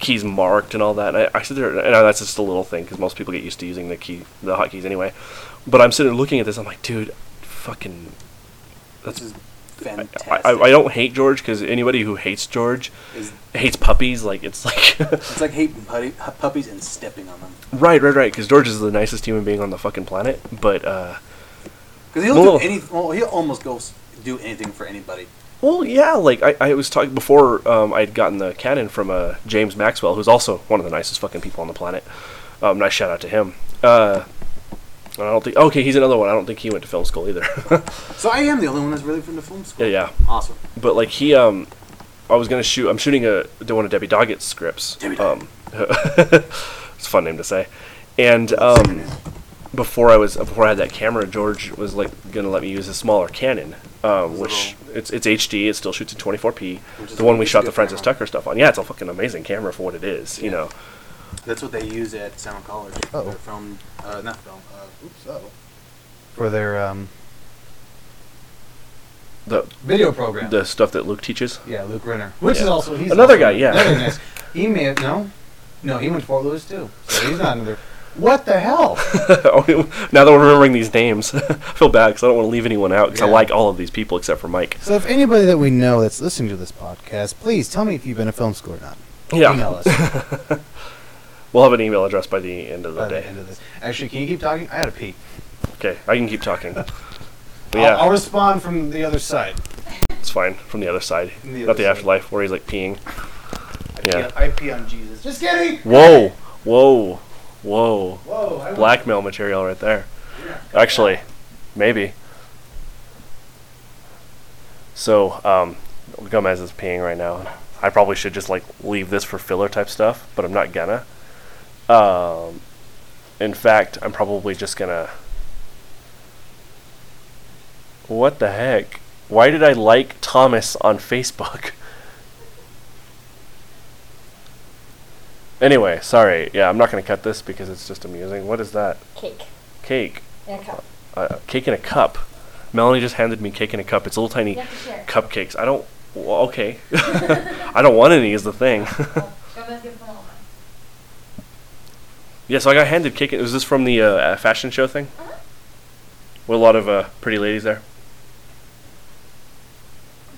B: keys marked and all that. And I, I sit there, and I, that's just a little thing because most people get used to using the key, the hotkeys anyway. But I'm sitting there looking at this. I'm like, dude, fucking
A: This is fantastic.
B: I, I, I don't hate George because anybody who hates George
A: Is-
B: hates puppies. Like it's like
A: it's like hating putty, hu- puppies and stepping on them.
B: right, right, right. Because George is the nicest human being on the fucking planet. But uh,
A: Because he'll
B: Well-
A: do any. Well, he'll almost go s- do anything for anybody.
B: well, yeah. Like I, I was talking before. Um, I'd gotten the cannon from uh, James Maxwell, who's also one of the nicest fucking people on the planet. Um, nice shout out to him. Uh, I don't think. Okay, he's another one. I don't think he went to film school either.
A: So I am the only one that's really from the film school.
B: yeah, yeah.
A: Awesome.
B: But like he, um, I was gonna shoot. I'm shooting a one of Debbie Doggett's scripts.
A: Debbie Doggett.
B: um, it's a fun name to say, and um, before I was before I had that camera, George was like gonna let me use a smaller Canon, um, which it's it's HD. It still shoots in 24p.
D: Which is
B: The one we
D: a
B: shot the
D: good
B: Francis
D: camera.
B: Tucker stuff on. Yeah, it's a fucking amazing camera for what it is. You know,
D: That's what they use at Sound College.
A: Oh.
D: Their Film, uh, not film. Uh, oops. Oh.
A: for their um,
B: the
A: video program.
B: the stuff that Luke teaches.
A: yeah, Luke Renner, which is
B: Yeah.
A: also he's
B: Another
A: also
B: guy, yeah.
A: another nice- He may no, no, he went to Fort Lewis too, so he's not another. What the hell?
B: now that we're remembering these names, I feel bad because I don't want to leave anyone out because I
A: Yeah.
B: like all of these people except for Mike.
A: So if anybody that we know that's listening to this podcast, please tell me if you've been a film school or not.
B: Yeah.
A: Email us
B: We'll have an email address by the end of the
A: by
B: day.
A: the end of this. Actually, can you keep talking? I had a pee.
B: Okay, I can keep talking. But
A: I'll-
B: yeah,
A: I'll, respond from the other side.
B: it's fine from the other side,
A: From the
B: not
A: other
B: the
A: side.
B: afterlife where he's like peeing.
A: I
B: Yeah.
A: Pee, I pee on Jesus. Just kidding.
B: Whoa, whoa, whoa!
A: Whoa. I
B: Blackmail material right there. Actually, maybe. So, um, Gomez is peeing right now. I probably should just like leave this for filler type stuff, but I'm not gonna. Um, in fact, I'm probably just gonna. What the heck? Why did I like Thomas on Facebook? Anyway, sorry. Yeah, I'm not gonna cut this because it's just amusing. What is that?
E: Cake
B: Cake
E: in a cup.
B: uh, cake in a cup. Melanie just handed me cake in a cup. It's little tiny
E: You have to share.
B: cupcakes. I don't. Well, okay. I don't want any. Is the thing.
E: Oh, Gomez gives them all mine.
B: yeah. So I got handed cake. Was this from the uh, uh, fashion show thing?
E: Uh-huh.
B: With a lot of uh, pretty ladies there.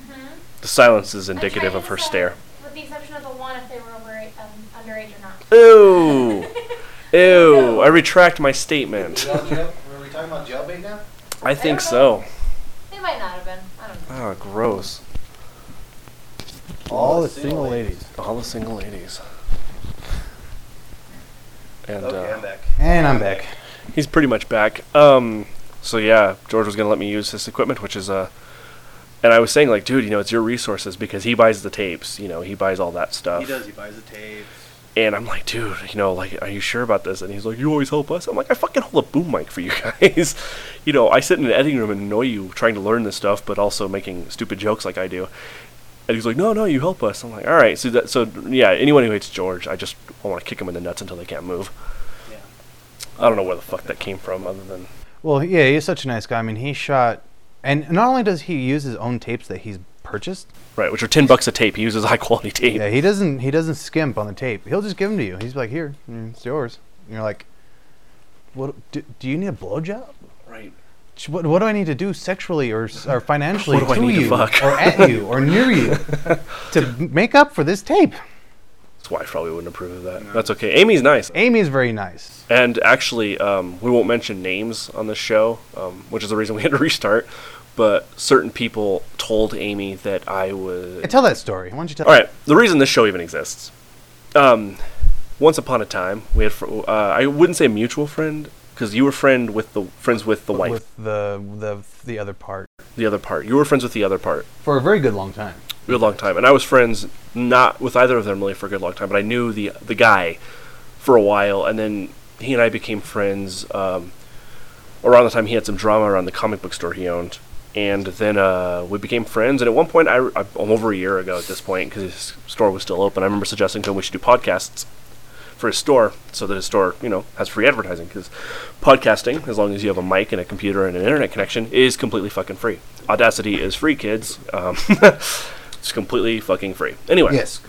C: Mm-hmm.
B: The silence is indicative of her stare.
C: With the exception of the one, if they were over, um, underage or not.
B: Ew. Ew. I retract my statement.
A: we talking about jailbait now?
B: I think so.
E: They might not have been. I don't
A: Oh,
E: know.
B: Ah, gross.
A: All the single ladies.
B: All the single ladies. And uh,
D: back.
A: And I'm back.
B: he's pretty much back. Um, so yeah, George was gonna let me use his equipment, which is uh, and I was saying like, dude, you know, it's your resources because he buys the tapes, you know, he buys all that stuff.
D: He does. He buys the tape.
B: And I'm like, dude, you know, like, are you sure about this? And he's like, you always help us. I'm like, I fucking hold a boom mic for you guys. you know, I sit in an editing room and annoy you trying to learn this stuff, but also making stupid jokes like I do. And he's like, no, no, you help us. I'm like, all right. So that, so yeah, anyone who hates George, I just I want to kick him in the nuts until they can't move.
D: Yeah.
B: I don't know where the fuck that came from, other than
A: Well, yeah, he's such a nice guy. I mean, he shot, and not only does he use his own tapes that he's purchased.
B: Right, which are ten bucks a tape. He uses high quality tape.
A: Yeah, he doesn't. He doesn't skimp on the tape. He'll just give them to you. He's like, here, mm, it's yours. And you're like, what? Do, do you need a blowjob?
B: Right.
A: Sh- What, what do I need to do sexually or, s- or financially
B: What do I
A: to
B: need to
A: you
B: fuck?
A: or at you or near you to make up for this tape?
B: His wife probably wouldn't approve of that. That's okay. Amy's nice.
A: Amy's very nice.
B: And actually, um, we won't mention names on this show, um, which is the reason we had to restart. But certain people told Amy that I was.
A: Hey, Tell that story. Why don't you tell?
B: All right. The reason this show even exists. Um, once upon a time, we had. Fr- uh, I wouldn't say mutual friend because you were friend with the friends with the wife,
A: with the the the other part
B: the other part. You were friends with the other part.
A: for a very good long time.
B: good long time, and I was friends not with either of them really for a good long time, but I knew the the guy for a while, and then he and I became friends um, around the time he had some drama around the comic book store he owned, and then uh, we became friends. And at one point, I, I over a year ago at this point, because his store was still open, I remember suggesting to him we should do podcasts for his store so that his store you know has free advertising because podcasting as long as you have a mic and a computer and an internet connection is completely fucking free audacity is free kids um, it's completely fucking free anyway
A: Yes,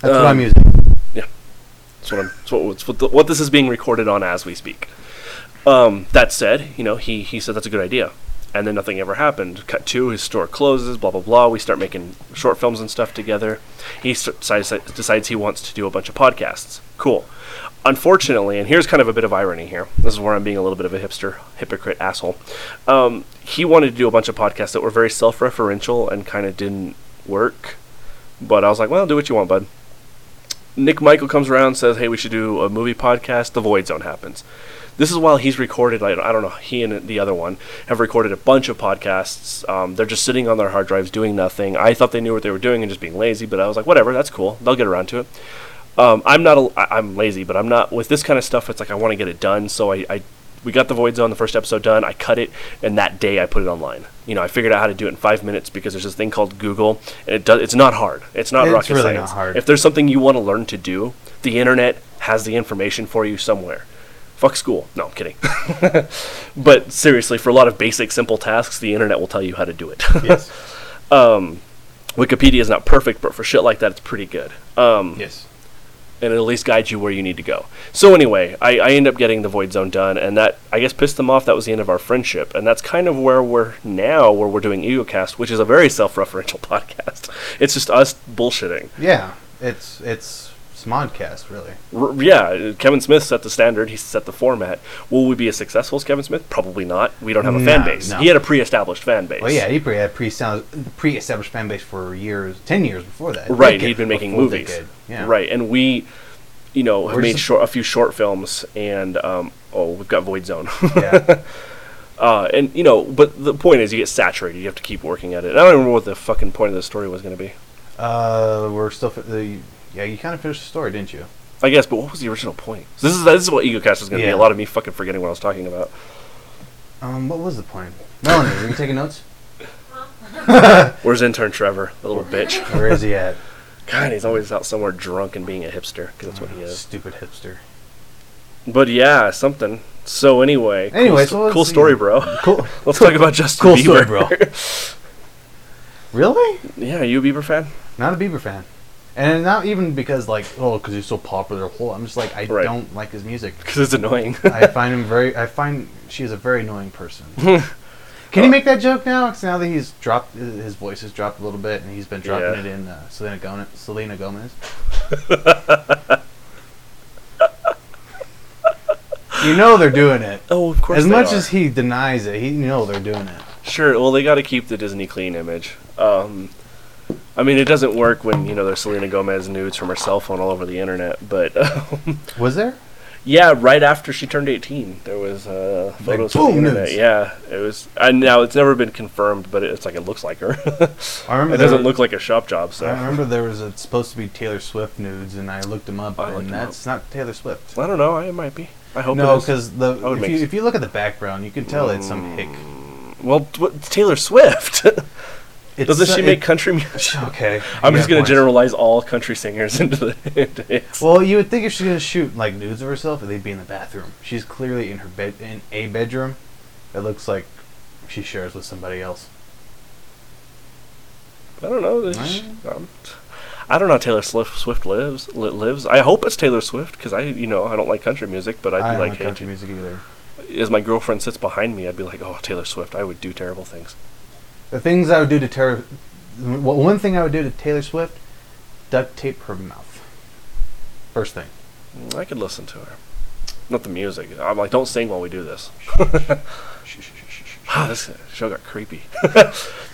A: that's
B: Um,
A: what I'm using.
B: that's what, I'm, that's what, that's what, the, what this is being recorded on as we speak. Um, that said, you know, he, he said that's a good idea. And then nothing ever happened. Cut two, his store closes, blah, blah, blah. We start making short films and stuff together. He s- decides, decides he wants to do a bunch of podcasts. Cool. Unfortunately, and here's kind of a bit of irony here. This is where I'm being a little bit of a hipster, hypocrite asshole. Um, he wanted to do a bunch of podcasts that were very self referential and kind of didn't work. But I was like, well, do what you want, bud. Nick Michael comes around says, "Hey, we should do a movie podcast." The Void Zone happens. This is while he's recorded. I, I don't know. He and the other one have recorded a bunch of podcasts. Um, they're just sitting on their hard drives doing nothing. I thought they knew what they were doing and just being lazy, but I was like, whatever. That's cool. They'll get around to it. Um, I'm not. A, I- I'm lazy, but I'm not with this kind of stuff. It's like I want to get it done, so I, I we got the Void Zone, the first episode done. I cut it, and that day I put it online. You know, I figured out how to do it in five minutes because there's this thing called Google, and it does. It's not hard. It's not
A: It's
B: rocket
A: really
B: science.
A: not hard.
B: If there's something you want to learn to do, the internet has the information for you somewhere. Fuck school. No, I'm kidding. but seriously, for a lot of basic, simple tasks, the internet will tell you how to do it.
A: Yes.
B: Um, Wikipedia is not perfect, but for shit like that, it's pretty good. Um,
A: yes.
B: and it'll at least guide you where you need to go. So anyway, I, I end up getting the Void Zone done, and that I guess pissed them off. That was the end of our friendship, and that's kind of where we're now, where we're doing EgoCast, which is a very self-referential podcast. It's just us bullshitting.
A: Yeah. It's it's Smodcast really.
B: R- yeah, Kevin Smith set the standard. He set the format. Will we be as successful as Kevin Smith? Probably not. We don't have a fan
A: No,
B: base.
A: no.
B: He had a pre-established fan base.
A: Well, yeah, he pre- had pre pre-established fan base for years, ten years before that.
B: right.
A: Decade,
B: he'd been
A: a
B: making
A: full
B: movies.
A: decade, Yeah.
B: Right, and we, you know, have
A: We're
B: made
A: just-
B: short, a few short films, and um, oh, we've got Void Zone.
A: Yeah.
B: Uh, and you know, but the point is, you get saturated. You have to keep working at it. I don't remember what the fucking point of the story was going to be.
A: uh, we're still fi- the yeah. You kind of finished the story, didn't you?
B: I guess, but what was the original point? So this is this is what EgoCast is going to
A: Yeah.
B: be. A lot of me fucking forgetting what I was talking about.
A: Um, what was the point? Melanie, are you taking notes?
B: Where's intern Trevor, the little bitch?
A: Where is he at?
B: God, he's always out somewhere drunk and being a hipster because that's what he is.
A: Stupid hipster.
B: But yeah, something. So anyway, cool
A: Anyway,
B: sto-
A: so let's
B: cool
A: see.
B: story, bro.
A: Cool.
B: Let's talk about Justin
A: Cool story,
B: Bieber,
A: bro. Really?
B: yeah, you a Bieber fan?
A: Not a Bieber fan. And not even because like oh, because he's so popular. Whole I'm just like I
B: Right.
A: don't like his music.
B: Because it's annoying.
A: I find him very. I find she is a very annoying person. Can you make that joke now? 'Cause now that he's dropped, his voice has dropped a little bit, and he's been dropping it
B: Yeah.
A: in uh, Selena Gomez. Selena Gomez. you know they're doing it.
B: oh, of course.
A: As
B: they
A: much
B: are.
A: as he denies it, he you know they're doing it.
B: Sure. Well, they got to keep the Disney clean image. Um, I mean, it doesn't work when you know there's Selena Gomez nudes from her cell phone all over the internet. But um,
A: Was there?
B: yeah, right after she turned 18, there was uh,
A: Like,
B: photos from the
A: boom,
B: internet.
A: nudes.
B: Yeah, it was. And now it's never been confirmed, but it's like it looks like her.
A: I remember
B: it
A: there-
B: doesn't look like a shop job. So
A: I remember there was a, supposed to be Taylor Swift nudes, and I looked them up,
B: I looked
A: and
B: 'em
A: that's not Taylor Swift.
B: I don't know. It might be. I hope
A: No,
B: it is.
A: because the
B: would
A: if
B: make
A: you,
B: s- Mm.
A: if you look at the background, you can tell it's some hick.
B: well, t- what- it's Taylor Swift.
A: It's
B: Doesn't
A: so-
B: she make
A: it-
B: country music?
A: Okay,
B: I'm
A: you
B: just
A: got
B: gonna
A: points.
B: generalize all country singers into the. Into hits.
A: Well, you would think if she's gonna shoot like nudes of herself, they'd be in the bathroom. She's clearly in her bed in a bedroom that looks like she shares with somebody else.
B: I don't know. This
A: Right.
B: um, I don't know. How Taylor Swift, Swift lives. Li- lives. I hope it's Taylor Swift because I, you know, I don't like country music, but
A: I
B: I'd be
A: don't
B: like,
A: like
B: hey,
A: country music either.
B: as my girlfriend sits behind me, I'd be like, oh, Taylor Swift. I would do terrible things.
A: The things I would do to Taylor, well, one thing I would do to Taylor Swift, duct tape her mouth. First thing.
B: Mm, I could listen to her. Not the music. I'm like, don't sing while we do this. Ah, this show got creepy.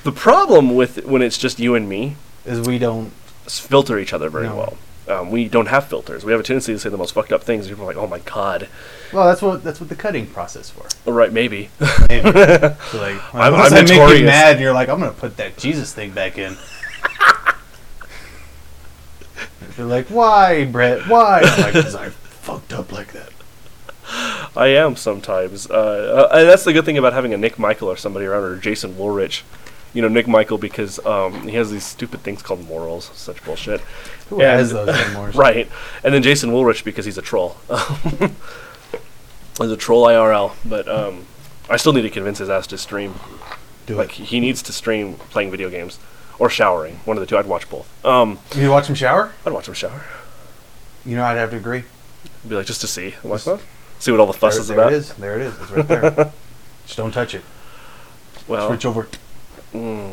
B: the problem with when it's just you and me
A: Is we don't.
B: s- filter each other very
A: No.
B: well. Um, we don't have filters. We have a tendency to say the most fucked up things. People are like, oh my god.
A: Well, that's what that's what the cutting process for.
B: All right, maybe.
A: Maybe. So, like,
B: I'm-
A: unless
B: I'm
A: I make
B: notorious.
A: you mad, and you're like, I'm gonna put that Jesus thing back in. They're like, why, Brett? Why? I'm like, because I fucked up like that.
B: I am sometimes. Uh, uh, and that's the good thing about having a Nick Michael or somebody around, or Jason Woolrich. You know, Nick Michael, because um, he has these stupid things called morals, such bullshit.
A: Who
B: And-
A: has those anymore?
B: Right. And then Jason Woolrich, because he's a troll. he's a troll IRL. But um, I still need to convince his ass to stream.
A: Do
B: Like, he needs to stream playing video games or showering. One of the two. I'd watch both. Um,
A: it. You watch him shower?
B: I'd watch him shower.
A: You know, I'd have to agree.
B: Be like, just to see. I'm like, "Huh?" See what all the fuss
A: there
B: is
A: there
B: about.
A: it is. There it is. It's right there. Just don't touch it.
B: Well,
A: Switch over.
B: the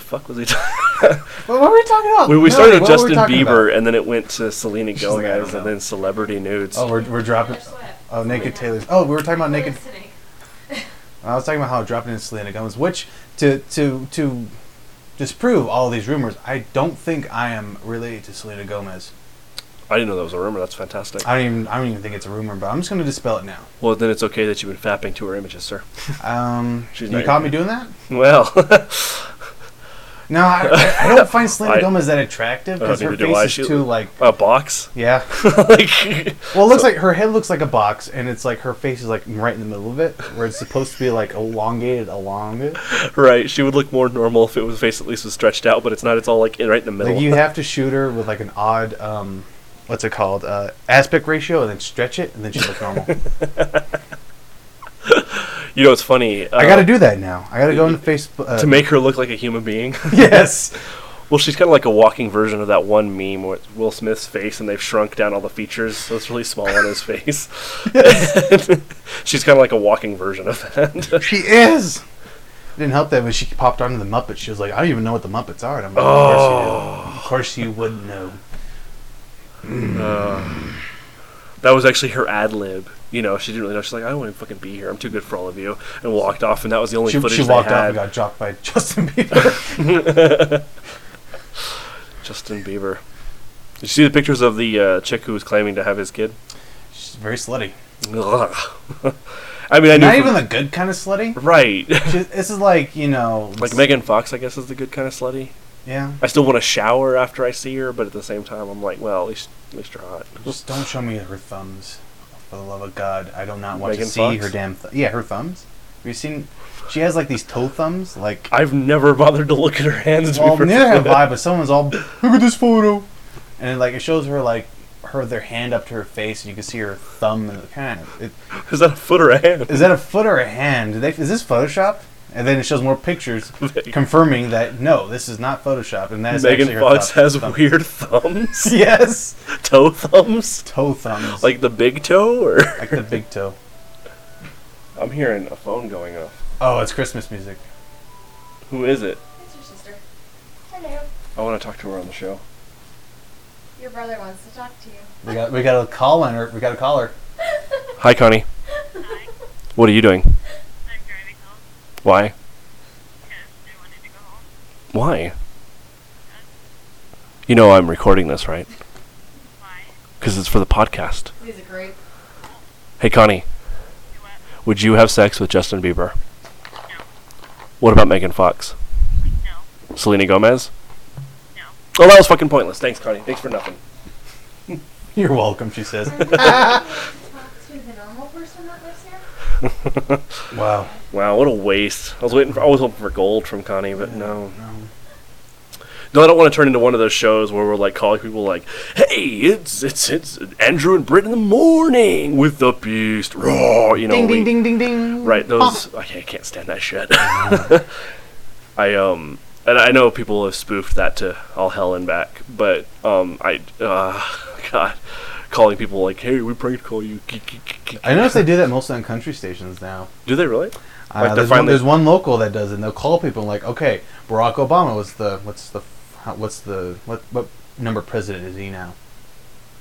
B: fuck was he talking
A: Well, what were we talking about?
B: we,
A: No,
B: we started with
A: what were we
B: Justin
A: talking
B: Bieber,
A: about?
B: and then it went to Selena
A: She's like, I
B: Gomez,
A: don't
B: and
A: know.
B: then celebrity nudes.
A: Oh, we're, we're dropping.
E: Taylor Swift.
A: Oh, naked
E: Selena.
A: Taylor's. Oh, we were talking about naked.
E: Felicity.
A: I was talking about how dropping in Selena Gomez, which to to to disprove all these rumors, I don't think I am related to Selena Gomez.
B: I didn't know that was a rumor. That's fantastic.
A: I don't even I don't even think it's a rumor, but I'm just gonna dispel it now.
B: well, then it's okay that you've been fapping to her images, sir.
A: Um,
B: She's
A: you
B: not
A: caught
B: your-
A: me doing that?
B: Well,
A: No, I, I- I don't find Selena
B: I-
A: Gomez that attractive because
B: I don't
A: her
B: either do I.
A: face
B: She-
A: is too like
B: A box?
A: yeah.
B: like,
A: Well, it looks like her head looks like a box, and it's like her face is like right in the middle of it, where it's supposed to be like elongated along it.
B: right. She would look more normal if it was face at least was stretched out, but it's not. It's all like in, right in the middle.
A: Like you have to shoot her with like an odd, um, what's it called, uh, aspect ratio, and then stretch it, and then she looks normal.
B: You know, it's funny. Uh,
A: I got to do that now. I got to go into Facebook uh,
B: to make her look like a human being.
A: yes.
B: well, she's kind of like a walking version of that one meme where it's Will Smith's face and they've shrunk down all the features, so it's really small on his face. she's kind of like a walking version of that.
A: She is. Didn't help that when she popped onto the Muppets. She was like, I don't even know what the Muppets are. And I'm like, of
B: Oh.
A: course you do. Of course you wouldn't know.
B: Uh, that was actually her ad lib. You know, she didn't really know. She's like, I don't want to fucking be here. I'm too good for all of you, and walked off. And that was the only
A: She,
B: footage
A: she walked
B: they
A: off
B: had.
A: and got dropped by Justin Bieber.
B: Justin Bieber. Did you see the pictures of the uh, chick who was claiming to have his kid?
A: She's very slutty.
B: Ugh. I mean, I knew
A: Not
B: from-
A: even the good kind of slutty.
B: right.
A: She, this is like, you know.
B: like Megan Fox, I guess, is the good kind of slutty.
A: Yeah.
B: I still want to shower after I see her, but at the same time, I'm like, well, at least, at least you're hot.
A: Just don't show me her thumbs. For the love of God, I do not want
B: Megan
A: to see
B: Fox?
A: her damn. Th- yeah, her thumbs. Have you seen? She has like these toe thumbs. Like,
B: I've never bothered to look at her hands. to be
A: well,
B: perfectly
A: neither have
B: honest.
A: I. But someone's all look at this photo, and like it shows her like her their hand up to her face, and you can see her thumb. And it kind of it,
B: Is that a foot or a hand?
A: is that a foot or a hand? Did they, is this Photoshop? And then it shows more pictures confirming that no, this is not Photoshop, and that is actually
B: Megan
A: her
B: Fox
A: thumb-
B: has
A: thumb.
B: weird thumbs,
A: yes
B: toe thumbs,
A: toe thumbs
B: like the big toe. Or
A: like the big toe.
B: I'm hearing a phone going off.
A: Oh, it's Christmas music.
B: Who is it?
E: It's your sister.
C: Hello.
B: I want to talk to her on the show.
E: Your brother wants to talk to you.
A: We got we got a call on her. We got a caller.
B: Hi, Connie. What are you doing?
F: I'm driving home
B: Why?
F: because I wanted to go home.
B: Why? You know I'm recording this, right?
F: Why?
B: Because it's for the podcast.
E: He's a grape.
B: Hey, Connie,
F: Do what?
B: would you have sex with Justin Bieber?
F: No.
B: What about Megan Fox?
F: No.
B: Selena Gomez?
F: No.
B: Oh, that was fucking pointless. Thanks, Connie. Thanks for nothing.
A: You're welcome. She says.
E: Talk to the normal person that lives here?
A: wow.
B: Wow, what a waste. I was waiting for, I was hoping for gold from Connie, but no.
A: No.
B: No, I don't want to turn into one of those shows where we're like calling people like, "Hey, it's it's it's Andrew and Britt in the morning with the beast." Raw, you know.
A: ding
B: we-
A: ding ding ding ding. Ah.
B: Right, those I can't, I can't stand that shit. I um and I know people have spoofed that to all hell and back, but um I uh god calling people like, "Hey, we pranked call you."
A: I noticed they do that mostly on country stations now.
B: Do they really?
A: Uh,
B: Like, they're
A: there's, one,
B: finally-
A: there's one local that does it. and They'll call people and like, okay, Barack Obama was the what's the how, what's the what what number president is he now?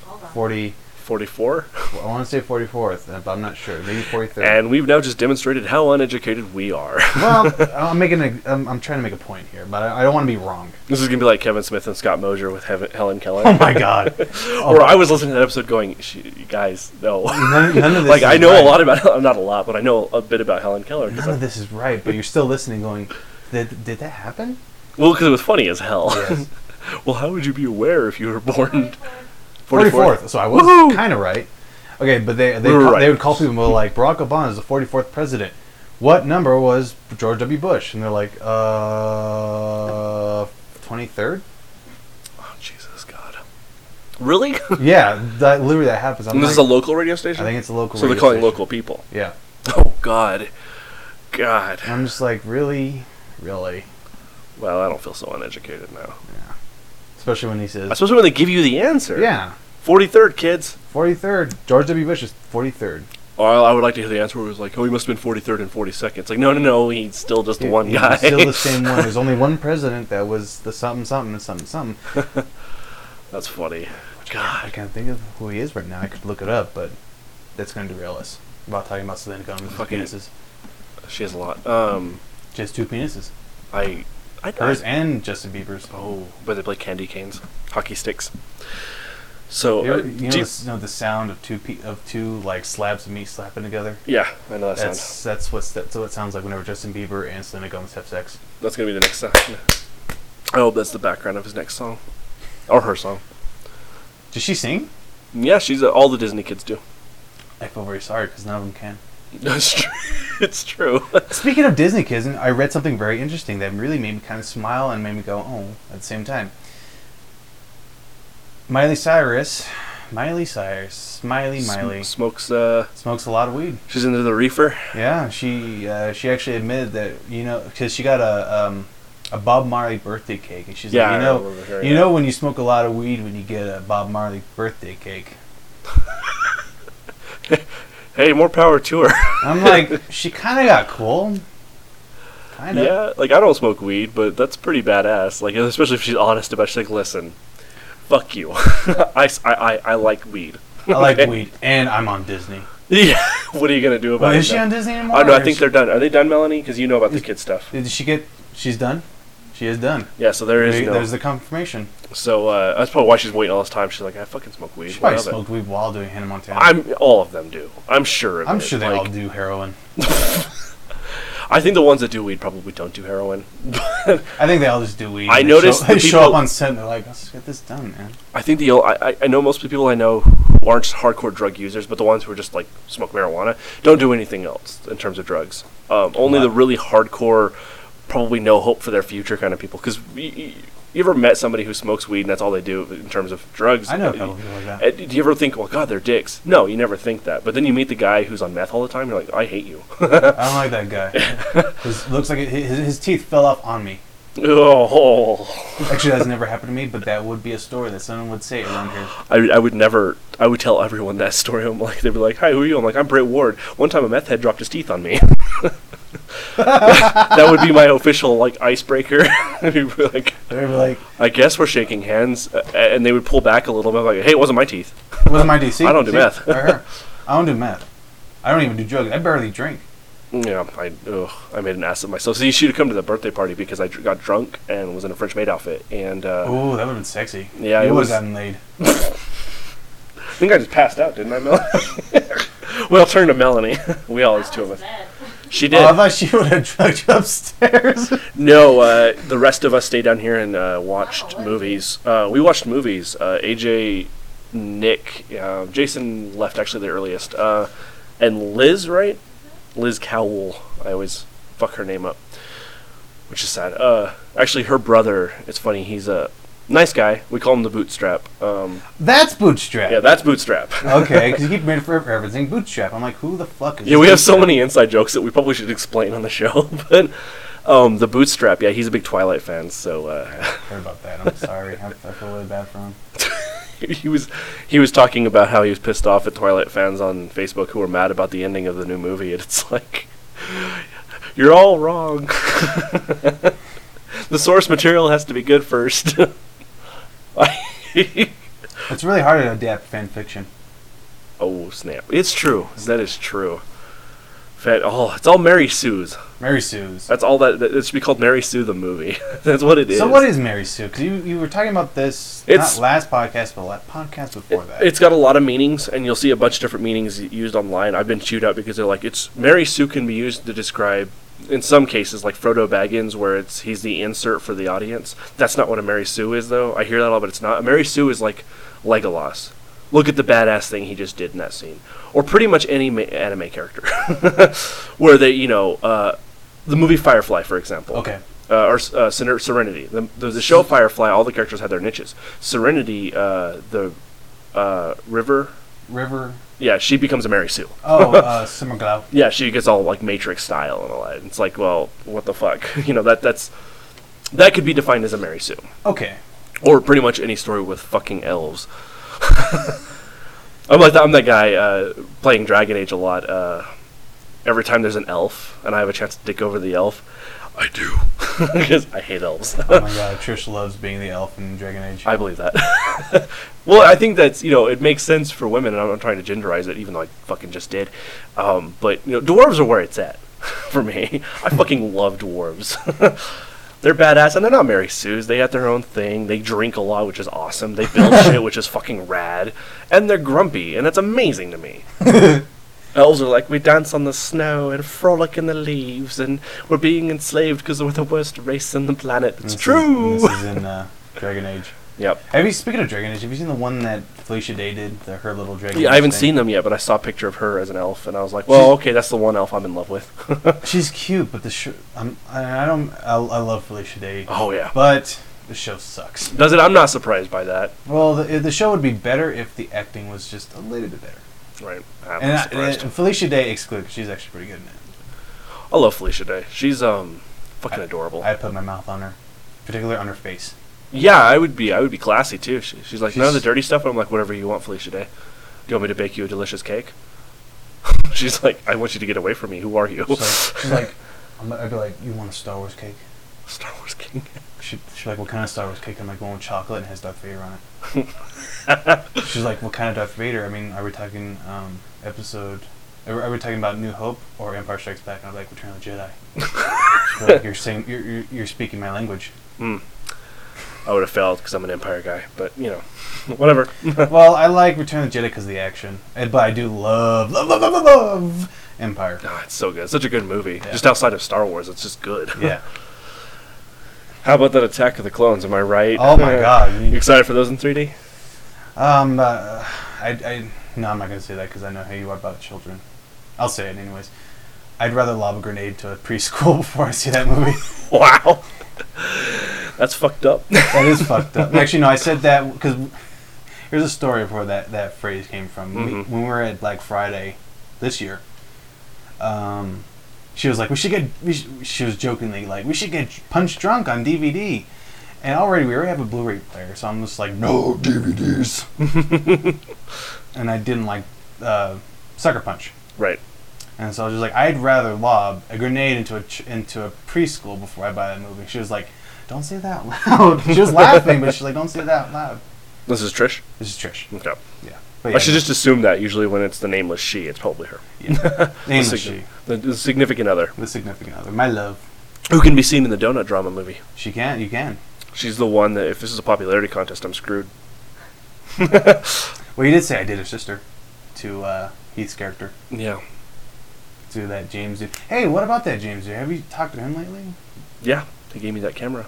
E: Hold on.
A: Forty.
B: 44.
A: I want to say forty fourth, but I'm not sure. Maybe forty third.
B: And we've now just demonstrated how uneducated we are.
A: well, I'm making a. I'm, I'm trying to make a point here, but I, I don't want to be wrong.
B: this is going to be like Kevin Smith and Scott Mosier with Heaven, Helen Keller.
A: Oh my god. Oh,
B: Or I was listening to that episode going, "She- you guys, no.
A: none, none of this.
B: like,
A: is
B: I know
A: right.
B: a lot about, not a lot, but I know a bit about Helen Keller. Cause
A: None of this is right, but you're still listening, going, did, did that happen?
B: I- well, because it was funny as hell.
A: Yes.
B: well, how would you be aware if you were born
A: 44th.
B: 44th?
A: So I was
B: Woohoo!
A: kind of right. Okay, but they they,
B: We were
A: ca-
B: right.
A: they would call people and go like Barack Obama is the 44th president. What number was George W. Bush? And they're like, uh, 23rd.
B: Oh, Jesus, God. Really?
A: Yeah, that literally that happens. I'm
B: And this
A: like-
B: is a local radio station?
A: I think it's a local.
B: so they're
A: radio
B: calling
A: station.
B: local people.
A: Yeah,
B: Oh, God. God.
A: and I'm just like, really, really.
B: Well, I don't feel so uneducated now.
A: Especially when he says,
B: Especially when they give you the answer.
A: yeah,
B: 43rd, kids.
A: 43rd. George W. Bush is 43rd.
B: Or I I would like to hear the answer where it was like, oh, he must have been 43rd and 42nd. It's like, no, no, no, he's still just
A: Dude,
B: one
A: he's
B: guy.
A: Still the same one. There's only one president that was the something something and something something.
B: That's funny.
A: I
B: God.
A: can't think of who he is right now. I could look it up, but that's going to derail us. About talking about Selena Gomez's
B: Fucking-
A: penises.
B: She has a lot. Um,
A: She has two penises.
B: I. I
A: Hers
B: I-
A: and Justin Bieber's.
B: Oh, but they play candy canes, hockey sticks. So,
A: You,
B: uh,
A: ever- you know,
B: do you-
A: the, you know the sound of two pe- of two like slabs of meat slapping together.
B: yeah, I know that sound.
A: That's that's what's that's what it sounds like whenever Justin Bieber and Selena Gomez have sex.
B: That's gonna be the next sound. I hope that's the background of his next song, or her song.
A: Does she sing?
B: Yeah, she's uh, all the Disney kids do.
A: I feel very sorry because none of them can.
B: That's true. it's true.
A: Speaking of Disney kids, and I read something very interesting that really made me kind of smile and made me go, oh, at the same time. Miley Cyrus, Miley Cyrus, Miley Miley,
B: Sm- smokes. Uh,
A: smokes a lot of weed.
B: she's into the reefer.
A: Yeah, she uh, she actually admitted that you know because she got a um, a Bob Marley birthday cake, and she's
B: Yeah,
A: like,
B: I
A: you know,
B: remember her,
A: you
B: yeah.
A: know when you smoke a lot of weed when you get a Bob Marley birthday cake.
B: Hey, more power to her.
A: I'm like, she kind of got cool. Kind of.
B: yeah, like I don't smoke weed, but that's pretty badass. Like especially if she's honest about. it. She's like, listen, fuck you. I, s- I- I- I like weed.
A: I like
B: Okay.
A: weed, and I'm on Disney.
B: Yeah. what are you gonna do
A: Well,
B: about it?
A: is she
B: now?
A: on Disney anymore?
B: Oh no,
A: or
B: I
A: is
B: think
A: she-
B: they're done. Are they done, Melanie? Because you know about the
A: Is-
B: kid stuff.
A: Did she get? She's done. She is done.
B: Yeah, so there is
A: There-
B: no.
A: There's the confirmation.
B: so uh, that's probably why she's waiting all this time. She's like, I fucking smoke weed.
A: She
B: I
A: probably
B: love it."
A: smoked weed while doing Hannah Montana. I'm,
B: I'm all of them do. I'm sure. Of it.
A: sure they
B: Like,
A: all do heroin.
B: I think the ones that do weed probably don't do heroin.
A: I think they all just do weed.
B: I
A: They
B: noticed
A: show,
B: the
A: they show up
B: people-
A: on set and they're like, "Let's get this done, man."
B: I think the o- I, I- I know most of the people I know who aren't hardcore drug users, but the ones who are just like smoke marijuana don't do anything else in terms of drugs. Um, only the really hardcore, probably no hope for their future kind of people. Because you ever met somebody who smokes weed and that's all they do in terms of drugs?
A: I know a couple people like that.
B: Uh, Do you ever think, well, God, they're dicks? No, you never think that. But then you meet the guy who's on meth all the time. You're like, I hate you.
A: I don't like that guy. 'Cause looks like it, his, his teeth fell off on me.
B: oh,
A: Actually, that's never happened to me, but that would be a story that someone would say around here.
B: I, I would never. I would tell everyone that story. I'm like, they'd be like, "Hi, who are you?" I'm like, "I'm Brett Ward." One time, a meth head dropped his teeth on me. that would be my official like icebreaker. I'd be like,
A: They're like,
B: "I guess we're shaking hands," uh, and they would pull back a little bit. I'm like, "Hey, it wasn't my teeth."
A: "It wasn't my DC."
B: I don't do
A: See?
B: meth.
A: Or her. I don't do meth. I don't even do drugs. I barely drink.
B: Yeah, I ugh, I made an ass of myself. So you should have come to the birthday party because I dr- got drunk and was in a French maid outfit, and uh,
A: Ooh, that would have been sexy.
B: Yeah,
A: you
B: it
A: would
B: was-
A: have gotten laid.
B: I think I just passed out, didn't I, Melanie? well, turn to Melanie. we all, it's two of us. She did.
A: Oh, I thought she would have drugged you upstairs.
B: No, uh, the rest of us stayed down here and uh, watched
C: Wow, what?
B: movies. Uh, we watched movies. Uh, AJ, Nick, uh, Jason left actually the earliest, uh, and Liz, right? Liz Cowell. I always fuck her name up, which is sad. Uh, actually, her brother. It's funny. He's a nice guy. We call him the Bootstrap. Um,
A: That's bootstrap.
B: yeah, that's Bootstrap.
A: okay, because you keep made for everything bootstrap. I'm like, who the fuck is?
B: Yeah, we have so
A: Bootstrap?
B: many inside jokes that we probably should explain on the show. But um, the Bootstrap, yeah, he's a big Twilight fan, so. Uh,
A: Heard about that. I'm sorry. I, I feel really bad for him.
B: he was he was talking about how he was pissed off at Twilight fans on Facebook who were mad about the ending of the new movie, and it's like you're all wrong. the source material has to be good first.
A: It's really hard to adapt fan fiction.
B: oh snap! It's true. That is true. Fat, oh, it's all Mary Sue's.
A: Mary Sue's.
B: That's all that. that it should be called Mary Sue the movie. That's what it is.
A: So what is Mary Sue? Because you, you were talking about this
B: It's-
A: not last podcast, but la podcast before that.
B: It's got a lot of meanings, and you'll see a bunch of different meanings used online. I've been chewed out because they're like, it's Mary Sue can be used to describe, in some cases, like Frodo Baggins, where it's he's the insert for the audience. That's not what a Mary Sue is, though. I hear that a lot, but it's not. A Mary Sue is like Legolas. Look at the badass thing he just did in that scene, or pretty much any ma- anime character, where they, you know, uh, the movie Firefly, for example
A: okay.
B: uh, or uh, Sener- Serenity. The, the, the show Firefly, all the characters had their niches. Serenity, uh, the uh, river,
A: River.
B: yeah, she becomes a Mary Sue.
A: Oh, uh, Summerglow.
B: Yeah, she gets all like Matrix style and all that. It's like, well, what the fuck? You know that that's that could be defined as a Mary Sue,
A: Okay.
B: or pretty much any story with fucking elves. I'm like that, I'm that guy uh, playing Dragon Age a lot. Uh, every time there's an elf and I have a chance to dick over the elf, I do because I hate elves.
A: Oh my god, Trish loves being the elf in Dragon Age.
B: I believe that. well, I think that's you know it makes sense for women, and I'm not trying to genderize it, even though I fucking just did. Um, but you know, dwarves are where it's at for me. I fucking love dwarves. they're badass, and they're not Mary Sue's. They have their own thing. They drink a lot, which is awesome. They build shit, which is fucking rad, and they're grumpy, and that's amazing to me. Elves are like, we dance on the snow and frolic in the leaves, and we're being enslaved because we're the worst race on the planet. It's
A: This is-
B: true.
A: this is in uh, Dragon Age.
B: Yep.
A: Have you speaking of Dragon Age? Have you seen the one that Felicia Day did? The her little Dragon.
B: Yeah,
A: Age
B: I haven't
A: thing?
B: seen them yet, but I saw a picture of her as an elf, and I was like, well, okay, that's the one elf I'm in love with.
A: She's cute, but the show. I'm, I I don't. I, I love Felicia Day,
B: oh yeah.
A: but the show sucks.
B: Does it? I'm not surprised by that.
A: Well, the, the show would be better if the acting was just a little bit better.
B: Right. I'm
A: And, I,
B: surprised.
A: and Felicia Day excluded. 'cause She's actually pretty good in it.
B: I love Felicia Day. She's um fucking adorable.
A: I put my mouth on her, particularly on her face.
B: yeah, I would be. I would be classy too. She, she's like none of the
A: She's-
B: dirty stuff. I'm like whatever you want, Felicia Day. Do you want me to bake you a delicious cake? she's like, I want you to get away from me. Who are you?
A: She's like, she's like I'm, I'd be like, you want a Star Wars cake?
B: Star Wars King.
A: She, she's like, what kind of Star Wars cake? I'm like, one with chocolate and has Darth Vader on it. she's like, what kind of Darth Vader? I mean, are we talking um, episode? Are, we- are we talking about New Hope or Empire Strikes Back? And I'm like, Return of the Jedi. She's like, you're saying, you're, you're, you're speaking my language.
B: Hmm. I would have failed because I'm an Empire guy, but you know, whatever.
A: well, I like Return of the Jedi because of the action, and, but I do love, love, love, love, love, love Empire.
B: Ah, it's so good. Such a good movie.
A: Yeah.
B: Just outside of Star Wars, it's just good.
A: Yeah.
B: How about that Attack of the Clones? Am I right?
A: Oh my God.
B: You excited for those in 3D?
A: Um, uh, I, I, no, I'm not gonna say that because I know how you are about children. I'll say it anyways. I'd rather lob a grenade to a preschool before I see that movie.
B: Wow. That's fucked up.
A: that is fucked up. Actually, no, I said that because here's a story of where that, that phrase came from. We-
B: Mhm.
A: when we were at Black Friday this year, um, she was like, "We should get." We sh- she was jokingly like, "We should get Punch Drunk on DVD." And already we already have a Blu-ray player, so I'm just like, "No DVDs." and I didn't like uh, Sucker Punch.
B: right.
A: And so I was just like, I'd rather lob a grenade into a ch- into a preschool before I buy that movie. She was like, "Don't say that loud." she was laughing, but she's like, "Don't say that loud."
B: This is Trish.
A: This is Trish.
B: Okay.
A: Yeah, but
B: Hmm. I should just assume that. Usually, when it's the nameless she, it's probably her.
A: yeah.
B: The,
A: name is
B: sig-
A: she,
B: the- the significant other,
A: the significant other, my love.
B: who can be seen in the donut drama movie.
A: She can, you can.
B: She's the one that, if this is a popularity contest, I'm screwed.
A: Well, you did say I did her sister to uh, Heath's character
B: Yeah.
A: to that James dude. Hey, what about that James dude? Have you talked to him lately?
B: Yeah. They gave me that camera.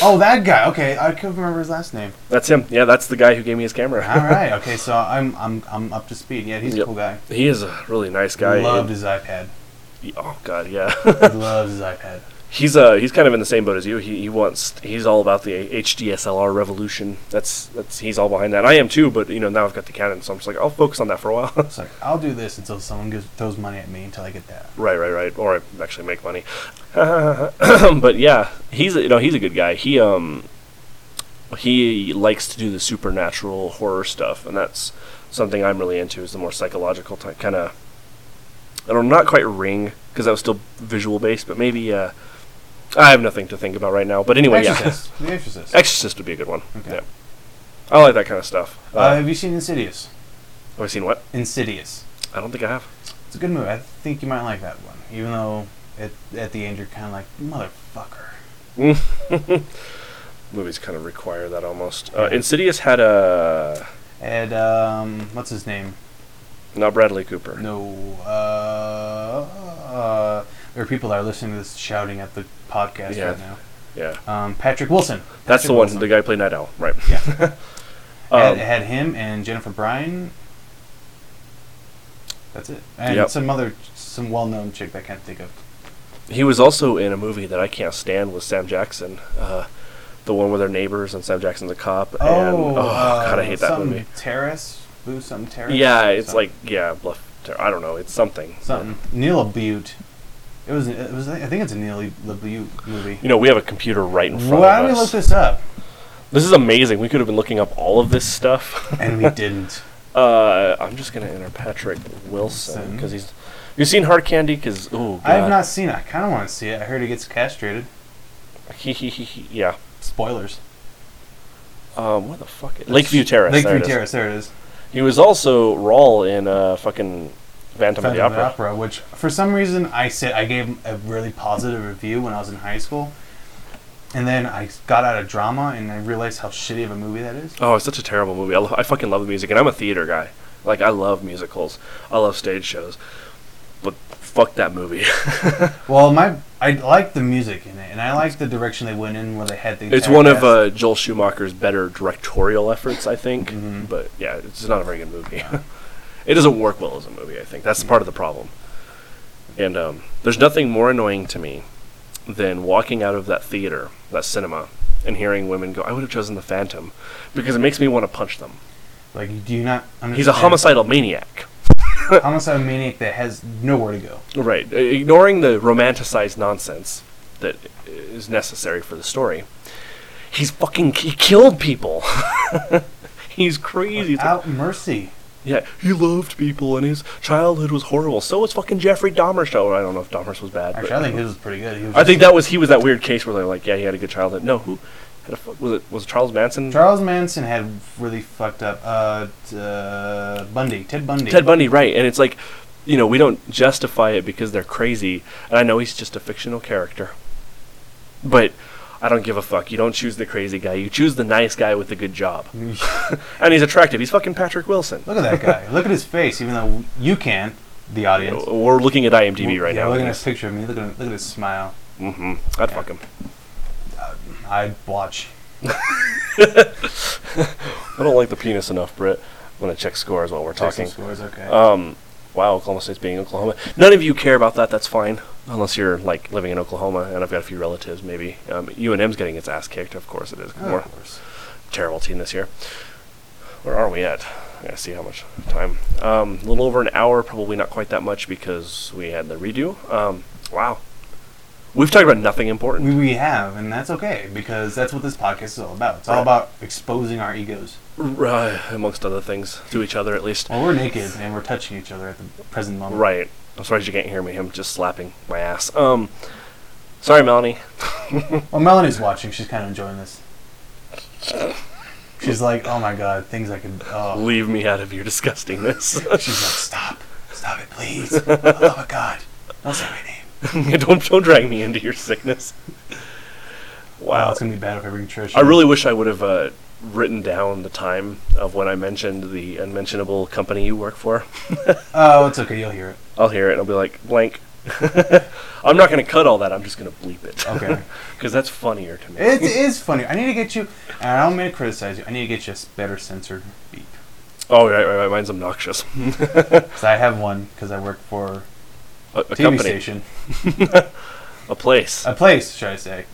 A: Oh, that guy. Okay, I couldn't remember his last name.
B: That's him. Yeah, that's the guy who gave me his camera.
A: All right. Okay, so I'm I'm I'm up to speed. Yeah, he's
B: Yep.
A: a cool guy.
B: He is a really nice guy.
A: Loved his iPad.
B: He- oh God, yeah.
A: He loves his iPad.
B: he's uh he's kind of in the same boat as you. He he wants he's all about the HDSLR revolution. That's that's he's all behind that. I am too, but you know now I've got the Canon, so I'm just like I'll focus on that for a while.
A: It's like I'll do this until someone gives, throws money at me until I get that.
B: Right, right, right. Or I actually make money. but yeah, he's a, you know he's a good guy. He um he likes to do the supernatural horror stuff, and that's something I'm really into. Is the more psychological type kind of. I don't not quite ring because that was still visual based, but maybe uh, I have nothing to think about right now. But anyway,
A: Exorcist. The Exorcist.
B: yeah, Exorcist would be a good one.
A: Okay.
B: Yeah, I like that kind of stuff. Uh,
A: uh, have you seen Insidious?
B: have I seen what?
A: Insidious.
B: I don't think I have.
A: It's a good movie. I think you might like that one, even though at, at the end you're kind of like motherfucker.
B: Mm. Movies kind of require that almost. Uh, Insidious had uh, a
A: And um, what's his name?
B: not Bradley Cooper.
A: No. Uh, uh, there are people that are listening to this shouting at the podcast
B: Yeah.
A: right now.
B: Yeah,
A: Um, Patrick Wilson.
B: that's
A: Patrick
B: the one.
A: Wilson.
B: The guy played Night Owl, right?
A: Yeah.
B: Um,
A: it, had him and Jennifer Bryan. That's it. And
B: Yep.
A: some other, some well-known chick that I can't think of.
B: he was also in a movie that I can't stand with Sam Jackson, uh, the one where they're neighbors and Sam Jackson's a cop. and, oh
A: uh,
B: God, I hate that
A: some
B: movie.
A: Terrace, Boo, something terrace.
B: Yeah, it's
A: Something-
B: like yeah, bluff. Ter- I don't know. It's something.
A: something. Neil Butte. It was. It was. I think it's a Neil Butte movie.
B: You know, we have a computer right in front
A: Why don't
B: of
A: we
B: us.
A: look this up?
B: This is amazing. We could have been looking up all of this stuff.
A: And we didn't.
B: uh, I'm just gonna enter Patrick Wilson
A: Wilson.
B: because he's. You seen Hard Candy? Because oh,
A: I have
B: God.
A: not seen it. I kind of want to see it. I heard he gets castrated.
B: He he he he. Yeah.
A: Spoilers.
B: Um, what the fuck? Is Lakeview Terrace. there
A: Lakeview
B: it is.
A: Terrace. There it is.
B: He was also Rawl in uh, fucking Phantom, of the Opera.
A: which for some reason I said I gave a really positive review when I was in high school, and then I got out of drama and I realized how shitty of a movie that is.
B: Oh, it's such a terrible movie. I, lo- I fucking love the music, and I'm a theater guy. Like I love musicals. I love stage shows. But fuck that movie.
A: Well, my I like the music in it, and I like the direction they went in where they had the.
B: it's one of uh, Joel Schumacher's better directorial efforts, I think. But yeah, it's not a very good movie. it doesn't work well as a movie. I think that's part of the problem. And um, there's nothing more annoying to me than walking out of that theater, that cinema, and hearing women go, "I would have chosen the Phantom," because it makes me want to punch them.
A: like do you not? Understand?
B: He's a homicidal maniac.
A: homicidal maniac that has nowhere to go.
B: Right. I- Ignoring the romanticized nonsense that is necessary for the story. He's fucking he killed people. He's crazy. It's like,
A: Out mercy.
B: yeah, he loved people and his childhood was horrible. So was fucking Jeffrey Dahmer show. I don't know if Dahmer's was bad.
A: Actually,
B: but-
A: I think his was pretty good. He was
B: I think that was he was that weird case where they're like, yeah, he had a good childhood. No, who had a, fu- was it was it Charles Manson?
A: Charles Manson had really fucked up. Uh, t- uh, Bundy, Ted Bundy.
B: Ted Bundy, right? And it's like, you know, we don't justify it because they're crazy. And I know he's just a fictional character, but I don't give a fuck. You don't choose the crazy guy. You choose the nice guy with the good job, and he's attractive. He's fucking Patrick Wilson.
A: Look at that guy. Look at his face. Even though you can, the audience.
B: We're looking at IMDb right
A: yeah,
B: now.
A: look at his picture of me. Look at look at his smile.
B: hmm I'd fuck him.
A: I'd watch.
B: I don't like the penis enough, Britt. I'm gonna check scores while we're
A: Texas
B: talking.
A: Scores, okay.
B: Um, wow, Oklahoma State's beating Oklahoma. None of you care about that. That's fine, unless you're like living in Oklahoma, and I've got a few relatives. Maybe um, UNM's getting its ass kicked. Of course it is.
A: Oh,
B: More
A: of course.
B: terrible team this year. Where are we at? I gotta see how much time. Um, a little over an hour. Probably not quite that much because we had the redo. Um, wow, we've talked about nothing important.
A: We, we have, and that's okay because that's what this podcast is all about. It's all
B: Right.
A: about exposing our egos.
B: Uh, amongst other things, to each other at least.
A: Well, we're naked and we're touching each other at the present moment.
B: Right. I'm sorry you can't hear me. I'm just slapping my ass. Um, sorry, Melanie.
A: Well, Melanie's watching. She's kind of enjoying this. She's like, oh my god, things I could. Oh.
B: Leave me out of your disgustingness.
A: She's like, stop, stop it, please. Oh my god, don't say my name.
B: don't don't drag me into your sickness.
A: Wow,
B: Wow.
A: Oh, it's gonna be bad if I bring Trish.
B: I
A: in.
B: really wish I would have uh, written down the time of when I mentioned the unmentionable company you work for.
A: Oh, it's okay. You'll hear it.
B: I'll hear it and I'll be like, blank. I'm not going to cut all that. I'm just going to bleep it.
A: Okay.
B: Because that's funnier to me.
A: It is funny. I need to get you, and I don't mean to criticize you. I need to get you a s- better censored beep.
B: oh, right, right, right. Mine's obnoxious.
A: Because I have one. Because I work for
B: A, a
A: a TV
B: company.
A: station,
B: A place.
A: a place, should I say?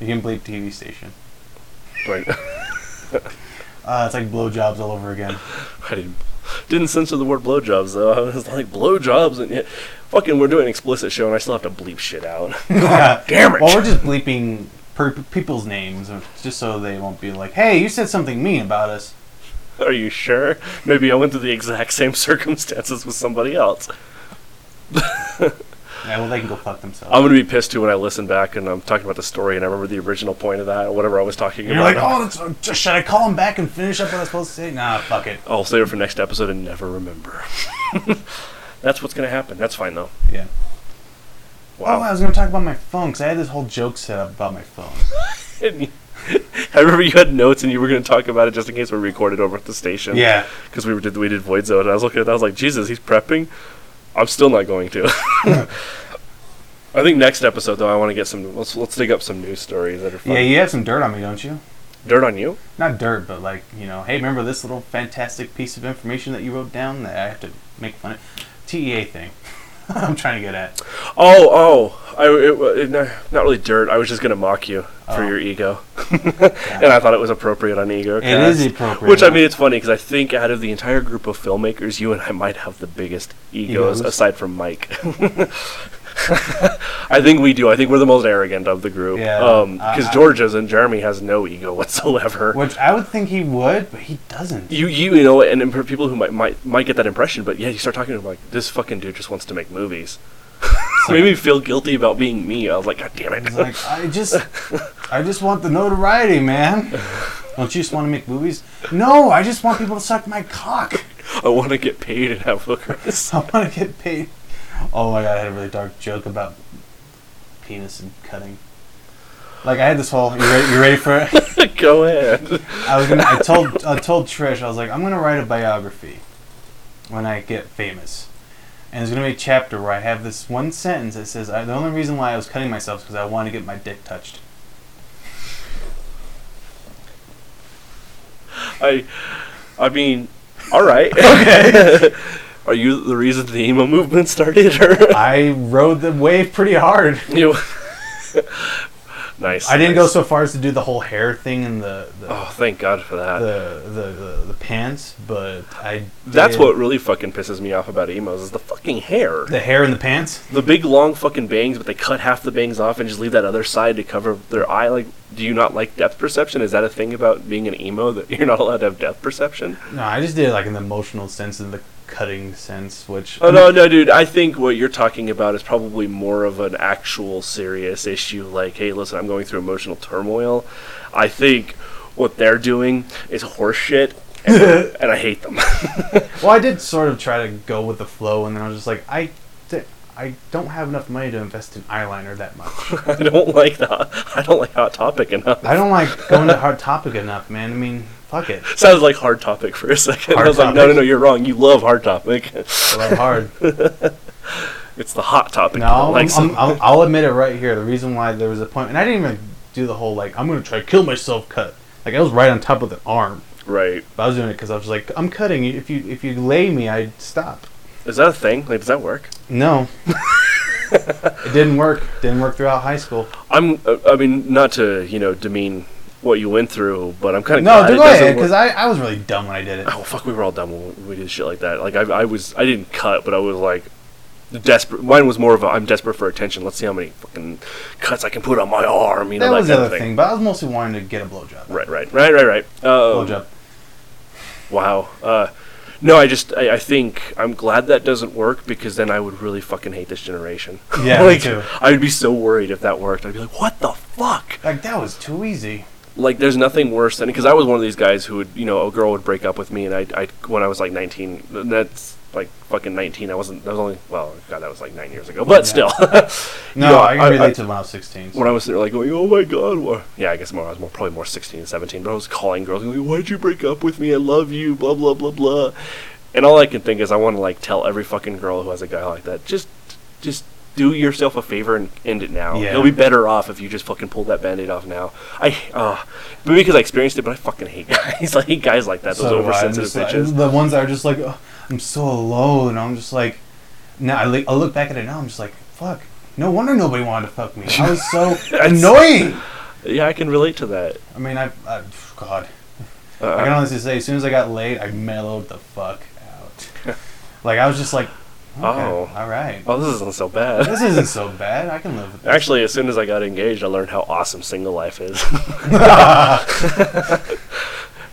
A: You can bleep TV station.
B: right.
A: Uh, it's like blowjobs all over again.
B: I didn't, didn't censor the word blowjobs though. I was like blowjobs and yet, fucking, we're doing an explicit show and I still have to bleep shit out. damn it.
A: Well, we're just bleeping per- people's names uh, just so they won't be like, "Hey, you said something mean about us."
B: Are you sure? Maybe I went through the exact same circumstances with somebody else.
A: Yeah, well, they can go fuck themselves.
B: I'm gonna be pissed too when I listen back and I'm talking about the story and I remember the original point of that or whatever I was talking
A: You're
B: about.
A: like, "Oh, that's, uh, just, should I call him back and finish up what I was supposed to say?" Nah, fuck it.
B: I'll save it for next episode and never remember. That's what's gonna happen. That's fine though.
A: Yeah. Oh, I
B: Wow.
A: was gonna talk about my phone because I had this whole joke set up about my phone.
B: I remember you had notes and you were gonna talk about it just in case we recorded over at the station.
A: yeah.
B: because we were- did we did Void Zone, and I was looking at that, I was like, Jesus, he's prepping. I'm still not going to. I think next episode though, I want to get some. Let's let's dig up some news stories that are fun.
A: Yeah, you have some dirt on me, don't you?
B: Dirt on you?
A: Not dirt, but like you know, hey, remember this little fantastic piece of information that you wrote down that I have to make fun of? TEA thing. I'm trying to get at.
B: Oh oh, I it, wa- it, no, not really dirt. I was just gonna mock you for
A: Oh.
B: your ego, and I thought it was appropriate on ego.
A: It is
B: cast.
A: appropriate.
B: Which I mean, it's funny because I think out of the entire group of filmmakers, you and I might have the biggest
A: Egos?
B: egos, aside from Mike. I think we do. I think we're the most arrogant of the group.
A: Yeah.
B: Because
A: I- I-
B: George's and Jeremy has no ego whatsoever.
A: Which I would think he would, but he doesn't.
B: You, you, you know, and, and for people who might, might might get that impression, but yeah, you start talking to him like this fucking dude just wants to make movies. Made me feel guilty about being me. I was like, God damn it!
A: He's like, I just, I just want the notoriety, man. Don't you just want to make movies? No, I just want people to suck my cock.
B: I want to get paid and have hookers.
A: I want to get paid. Oh my god, I had a really dark joke about penis and cutting. Like I had this whole. You ready, you ready for it?
B: Go ahead.
A: I was gonna. I told. I told Trish. I was like, I'm gonna write a biography when I get famous. And there's gonna be a chapter where I have this one sentence that says, I, "The only reason why I was cutting myself is because I wanted to get my dick touched."
B: I, I mean, all right. Okay. Are you the reason the emo movement started, or
A: I rode the wave pretty hard.
B: you? nice.
A: I didn't go
B: nice.
A: so far as to do the whole hair thing and the the,
B: Oh, thank God for that.
A: the, the, the the pants, but I.
B: That's
A: did-
B: what really fucking pisses me off about emos is the fucking hair.
A: the hair and the pants.
B: The big long fucking bangs, but they cut half the bangs off and just leave that other side to cover their eye. Like, do you not like depth perception? Is that a thing about being an emo that you're not allowed to have depth perception?
A: No, I just did it like in the emotional sense and the cutting sense, which.
B: Oh no, no, dude. I think what you're talking about is probably more of an actual serious issue. Like, hey, listen, I'm going through emotional turmoil. I think what they're doing is horseshit, and, and I hate them.
A: Well, I did sort of try to go with the flow, and then I was just like, I, di- I don't have enough money to invest in eyeliner that much.
B: I don't like that. I don't like Hot Topic enough.
A: I don't like going to hard topic enough, man. I mean, fuck it.
B: Sounds like Hard Topic for a second.
A: Hard
B: I was like, no, no,
A: Topic.
B: no, you're wrong. You love Hard Topic.
A: I love hard.
B: It's the Hot Topic.
A: No,
B: that
A: I'm,
B: likes
A: I'm-
B: them.
A: I'll, I'll admit it right here. The reason why there was a point, and I didn't even do the whole like I'm gonna try to kill myself cut. Like I was right on top of the arm,
B: right.
A: but I was doing it because I was like, I'm cutting. If you if you lay me, I would stop.
B: Is that a thing? Like, does that work?
A: No, it didn't work. Didn't work throughout high school.
B: I'm. uh, I mean, not to you know demean what you went through, but I'm kind of
A: No,
B: glad
A: do
B: it
A: go
B: doesn't
A: ahead,
B: work.
A: because I, I was really dumb when I did it.
B: oh fuck, we were all dumb when we did shit like that. Like I, I was, I didn't cut, but I was like desperate. Mine was more of a I'm desperate for attention. Let's see how many fucking cuts I can put on my arm. You know
A: that
B: that,
A: was the
B: kind
A: other
B: of
A: thing.
B: thing.
A: but I was mostly wanting to get a blowjob.
B: Right, right, right, right, right. Um,
A: Blowjob.
B: Wow. Uh, no, I just I, I think I'm glad that doesn't work because then I would really fucking hate this generation.
A: Yeah, me
B: like,
A: too.
B: I would be so worried if that worked. I'd be like, what the fuck?
A: Like that was too easy.
B: like there's nothing worse than because I was one of these guys who would you know a girl would break up with me and I I when I was like 19 th- that's like fucking 19 I wasn't that was only well God that was like nine years ago but still You
A: No,
B: know,
A: I can relate to when I was 16.
B: when I was there like going oh my God wha-" yeah I guess more I was more probably more 16 and 17 but I was calling girls going why'd you break up with me I love you blah blah blah blah and all I can think is I want to like tell every fucking girl who has a guy like that just just do yourself a favor and end it now.
A: Yeah.
B: You'll be better off if you just fucking pull that band-aid off now. I uh maybe because I experienced it, but I fucking hate guys. I hate guys like that, those
A: do I. I'm
B: oversensitive
A: just like-
B: bitches.
A: the ones that are just like, "Ugh, I'm so alone. I'm just like, now I, li- I look back at it now. I'm just like, fuck. No wonder nobody wanted to fuck me. I was so annoying.
B: yeah, I can relate to that.
A: I mean, I, I God, I can
B: Uh,
A: honestly say, as soon as I got laid, I mellowed the fuck out. like I was just like, okay,
B: Oh.
A: all right,
B: oh, this isn't so bad.
A: this isn't so bad. I can live with this.
B: Actually, as soon as I got engaged, I learned how awesome single life is.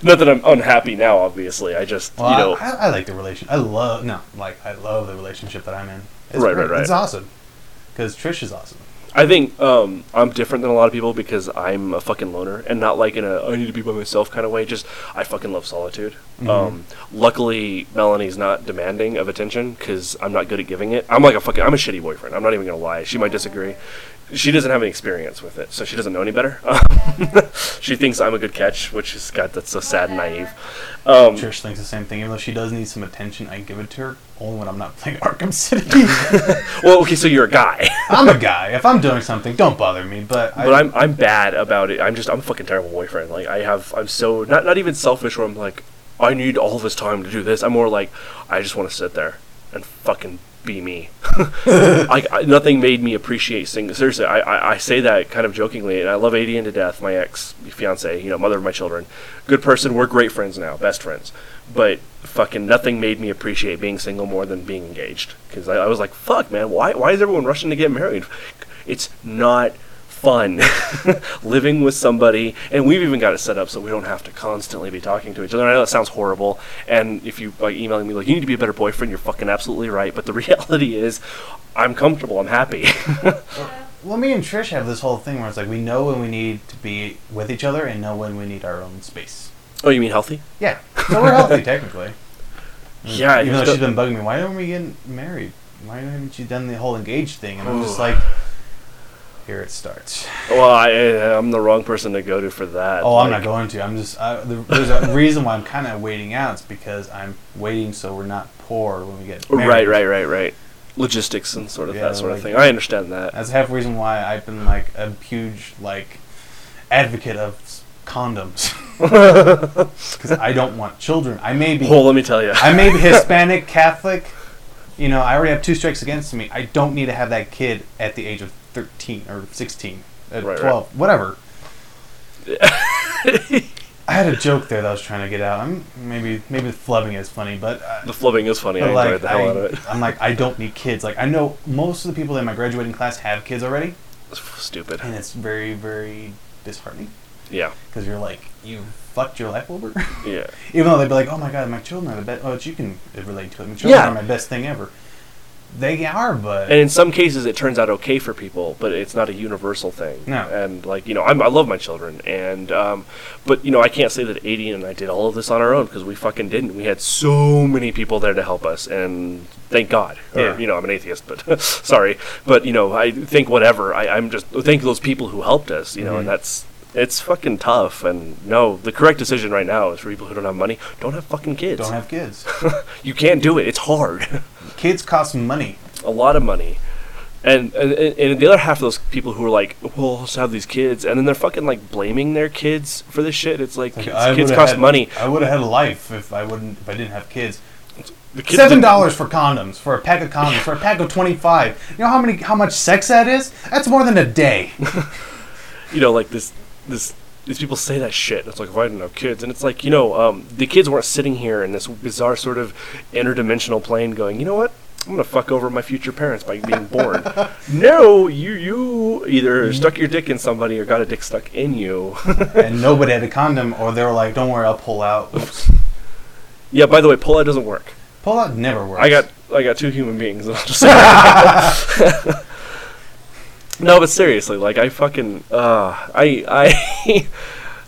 B: Not that I'm unhappy now, obviously. I just,
A: Well,
B: you
A: I-
B: know,
A: I, I like the relation. I love no, like I love the relationship that I'm in. It's
B: Right,
A: great.
B: right, right.
A: It's awesome because Trish is awesome.
B: I think um, I'm different than a lot of people because I'm a fucking loner and not like in a I need to be by myself kind of way. Just I fucking love solitude.
A: Mm-hmm.
B: Um, luckily, Melanie's not demanding of attention because I'm not good at giving it. I'm like a fucking I'm a shitty boyfriend. I'm not even gonna lie. She might disagree. She doesn't have any experience with it, so she doesn't know any better. she thinks I'm a good catch, which is God, that's so sad and naive. Um,
A: Trish thinks the same thing. Even though she does need some attention, I give it to her only when I'm not playing Arkham City.
B: well, okay, so you're a guy.
A: I'm a guy. If I'm doing something, don't bother me. But,
B: But I'm I'm bad about it. I'm just I'm a fucking terrible boyfriend. Like I have I'm so not not even selfish where I'm like I need all this time to do this. I'm more like I just want to sit there and fucking be me. I, I, nothing made me appreciate singing. Seriously, I, I, I say that kind of jokingly, and I love Adian to death. My ex fiance, you know, mother of my children, good person. We're great friends now, best friends. But fucking nothing made me appreciate being single more than being engaged. Because I, I was like, fuck, man, why why is everyone rushing to get married? It's not fun living with somebody and we've even got it set up so we don't have to constantly be talking to each other. I know that sounds horrible and if you like emailing me like you need to be a better boyfriend, you're fucking absolutely right. But the reality is I'm comfortable, I'm happy.
A: well, me and Trish have this whole thing where it's like we know when we need to be with each other and know when we need our own space.
B: oh, you mean healthy?
A: Yeah, so we're healthy technically.
B: Yeah,
A: even
B: it's
A: though
B: the-
A: she's been bugging me, why aren't we getting married? Why haven't you done the whole engaged thing? And I'm just like, Here it starts.
B: Well, I, I'm the wrong person to go to for that.
A: Oh, I'm not
B: Like,
A: going to. I'm just. I, the, there's a reason why I'm kind of waiting out. It's because I'm waiting so we're not poor when we get married.
B: Right, right, right, right. Logistics and sort of
A: Yeah,
B: that sort
A: like-
B: of thing. I understand that.
A: That's half the reason why I've been like a huge like advocate of s- condoms because I don't want children. I may be.
B: Well, let me tell you.
A: I may be Hispanic Catholic. You know, I already have two strikes against me. I don't need to have that kid at the age of 13 or 16, uh,
B: Right, right.
A: 12, whatever. I had a joke there that I was trying to get out. I'm maybe maybe flubbing is funny, but uh,
B: the flubbing is funny.
A: but
B: I enjoyed
A: like
B: the hell
A: I,
B: out of it.
A: I'm like I don't need kids. Like I know most of the people in my graduating class have kids already,
B: Stupid.
A: and it's very very disheartening
B: Yeah.
A: because you're like you fucked your life over.
B: Yeah.
A: Even though they'd be like, "Oh my god, my children are the best." Oh, you can relate to it. My children
B: Yeah.
A: are my best thing ever. They are, but
B: And in some cases, it turns out okay for people, but it's not a universal thing.
A: No.
B: And like you know, I'm, I love my children, and um, but you know, I can't say that Aiden and I did all of this on our own because we fucking didn't. We had so many people there to help us, and thank God. Or,
A: Yeah.
B: You know, I'm an atheist, but sorry, but you know, I think whatever. I, I'm just thank those people who helped us. You know,
A: Mm-hmm.
B: and that's. It's fucking tough, and no, the correct decision right now is for people who don't have money, don't have fucking kids.
A: don't have kids.
B: you can't do it. It's hard.
A: kids cost money.
B: a lot of money. And, and and the other half of those people who are like, well, let's have these kids, and then they're fucking like blaming their kids for this shit. It's like, kids,
A: I
B: kids
A: would've
B: cost
A: had-
B: money.
A: I would have had a life if I wouldn't if I didn't have kids.
B: The kids
A: Seven
B: didn't-
A: dollars for condoms for a pack of condoms for a pack of twenty five. You know how many how much sex that is? That's more than a day.
B: You know, like this this these people say that shit. It's like, why didn't I have kids? And it's like, you know, um, the kids weren't sitting here in this bizarre sort of interdimensional plane, going, you know what? I'm gonna fuck over my future parents by being born. no, you you either stuck your dick in somebody or got a dick stuck in you.
A: and nobody had a condom, or they were like, "Don't worry, I'll pull out." Oops.
B: yeah. By the way, pull out doesn't work.
A: Pull out never works.
B: I got I got two human beings. I'll just say that. no, but seriously, like I fucking uh, I I.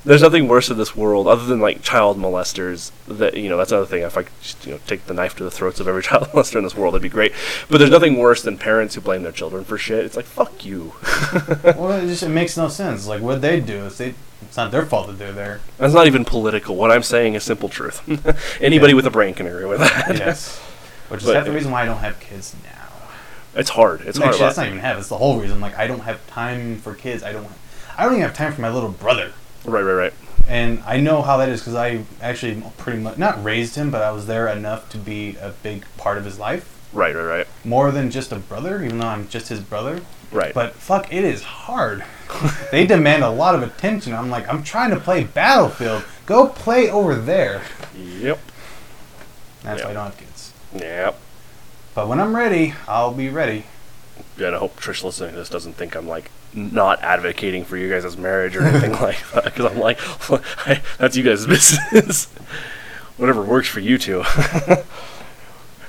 B: There's nothing worse in this world other than like child molesters. That you know, that's another thing. If I could just, you know take the knife to the throats of every child molester in this world, that'd be great. But there's nothing worse than parents who blame their children for shit. It's like fuck you.
A: Well, it just it makes no sense. Like what they do is they. It's not their fault that they're there.
B: That's not even political. What I'm saying is simple truth. Anybody
A: Yeah.
B: with a brain can agree with that.
A: Yes. Which is
B: But-
A: half the reason why I don't have kids now.
B: It's hard. It's hard.
A: Actually, that's
B: About,
A: not even half. It's the whole reason. Like I don't have time for kids. I don't. I don't even have time for my little brother.
B: right, right, right.
A: And I know how that is because I actually pretty much not raised him, but I was there enough to be a big part of his life,
B: Right, right, right.
A: more than just a brother. Even though I'm just his brother.
B: Right.
A: But fuck, it is hard. they demand a lot of attention. I'm like, I'm trying to play Battlefield. Go play over there.
B: yep.
A: That's why I
B: Yeah.
A: don't have kids.
B: Yep.
A: But when I'm ready, I'll be ready.
B: and I hope Trish listening to this doesn't think I'm like not advocating for you guys' marriage or anything like that because I'm like that's you guys' business. Whatever works for you two.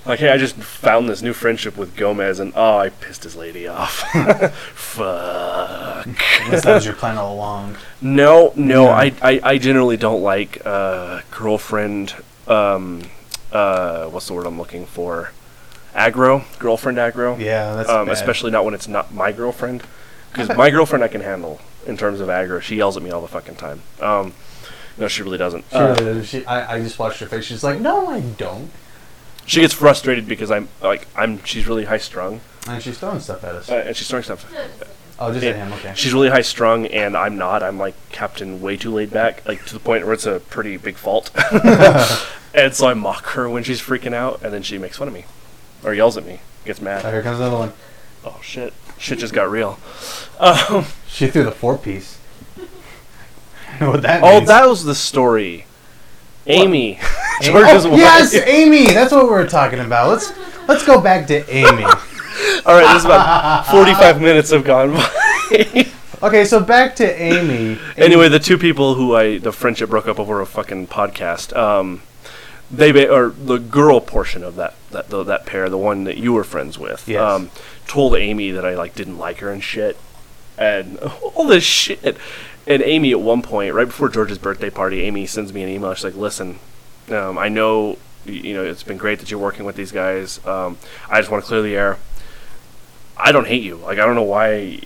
B: like, hey, I just found this new friendship with Gomez, and oh, I pissed his lady off. Fuck.
A: Unless that was your plan all along.
B: No, no,
A: Yeah.
B: I, I, I generally don't like uh, girlfriend. Um, uh, what's the word I'm looking for? Aggro, girlfriend aggro
A: Yeah, that's
B: um,
A: bad.
B: especially not when it's not my girlfriend. Because my girlfriend I can handle in terms of aggro. She yells at me all the fucking time. Um, no, she really doesn't.
A: She
B: Uh,
A: really doesn't. She- I, I just watched her face. She's like, no, I don't.
B: she gets frustrated because I'm like I'm. She's really high strung,
A: And she's throwing stuff at us.
B: uh, and she's throwing stuff.
A: oh, just at
B: yeah.
A: him. Okay.
B: She's really high strung, and I'm not. I'm like Captain, way too laid back, like to the point where it's a pretty big fault. and so I mock her when she's freaking out, and then she makes fun of me, or yells at me, gets
A: oh,
B: mad.
A: here comes another one.
B: Oh shit! Shit just got real. Um,
A: She threw the four piece. I know what that
B: Oh,
A: means.
B: that was the story. Amy, George's
A: oh,
B: wife.
A: Yes, Amy. That's what we were talking about. Let's let's go back to Amy.
B: All right, this is about forty-five minutes have gone by.
A: okay, so back to Amy.
B: anyway, the two people who I the friendship broke up over a fucking podcast. Um, they ba- or the girl portion of that that the, that pair, the one that you were friends with,
A: Yes.
B: um, told Amy that I like didn't like her and shit, and all this shit. And Amy, at one point, right before George's birthday party, Amy sends me an email. She's like, "Listen, um, I know y- you know it's been great that you're working with these guys. Um, I just want to clear the air. I don't hate you. Like I don't know why.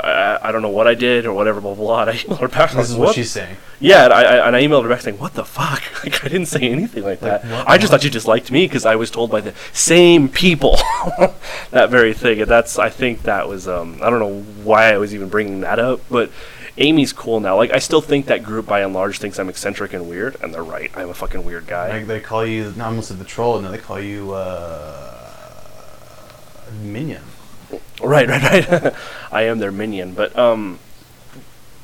B: I, I don't know what I did or whatever. Blah blah. blah. And I emailed her back.
A: This is
B: like,
A: what,
B: what?
A: she's saying.
B: Yeah, and I, I and I emailed her back saying, "What the fuck? Like I didn't say anything like that.
A: what-
B: I
A: what?
B: just thought you disliked me because I was told by the same people that very thing." And that's I think that was um I don't know why I was even bringing that up, but Amy's cool now. Like I still think that group by and large thinks I'm eccentric and weird, and they're right. I'm a fucking weird guy.
A: Like they call you not almost the troll, no, they call you uh, minion.
B: Right, right, right. I am their minion, but um,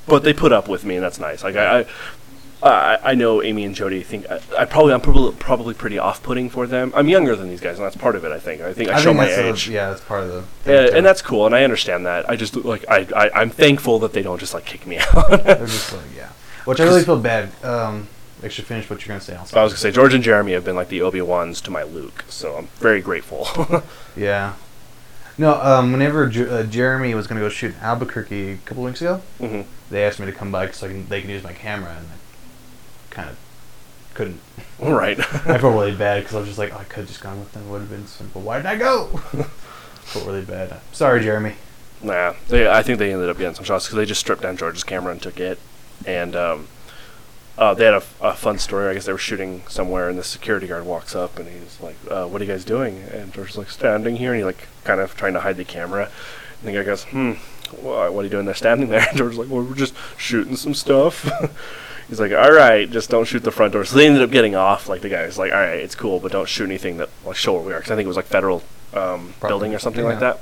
B: but they put up with me, and that's nice. Like I, I- I, I know Amy and Jody think I, I probably I'm probably probably pretty off-putting for them. I'm younger than these guys, and that's part of it. I think. I think I, show
A: think
B: my
A: that's the-
B: age,
A: yeah, that's part of the.
B: Uh,
A: too.
B: and that's cool, and I understand that. I just like I, I I'm thankful that they don't just like kick me out.
A: They're just like yeah, which I really feel bad. Um, I should finish what you're gonna say. Also,
B: I was gonna say George and Jeremy have been like the Obi Wan's to my Luke, so I'm very grateful.
A: Yeah. No, um, whenever J- uh, Jeremy was going to go shoot in Albuquerque a couple weeks ago,
B: hmm
A: they asked me to come by so I can, they can use my camera, and I kind of couldn't.
B: All right.
A: I felt really bad because I was just like, oh, I could have just gone with them. would have been simple. Why did I go? felt really bad. Sorry, Jeremy.
B: Nah, they, I think they ended up getting some shots because they just stripped down George's camera and took it. And um, uh, they had a, f- a fun story. I guess they were shooting somewhere, and the security guard walks up and he's like, uh, "What are you guys doing?" And George's like, "Standing here," and he like kind of trying to hide the camera. And the guy goes, "Hmm, wha- what are you doing there, standing there?" And George's like, "Well, we're just shooting some stuff." He's like, all right, just don't shoot the front door. So they ended up getting off. Like the guy was like, all right, it's cool, but don't shoot anything that like show where we are, because I think it was like federal um,
A: Property.
B: building or something like
A: Yeah.
B: that.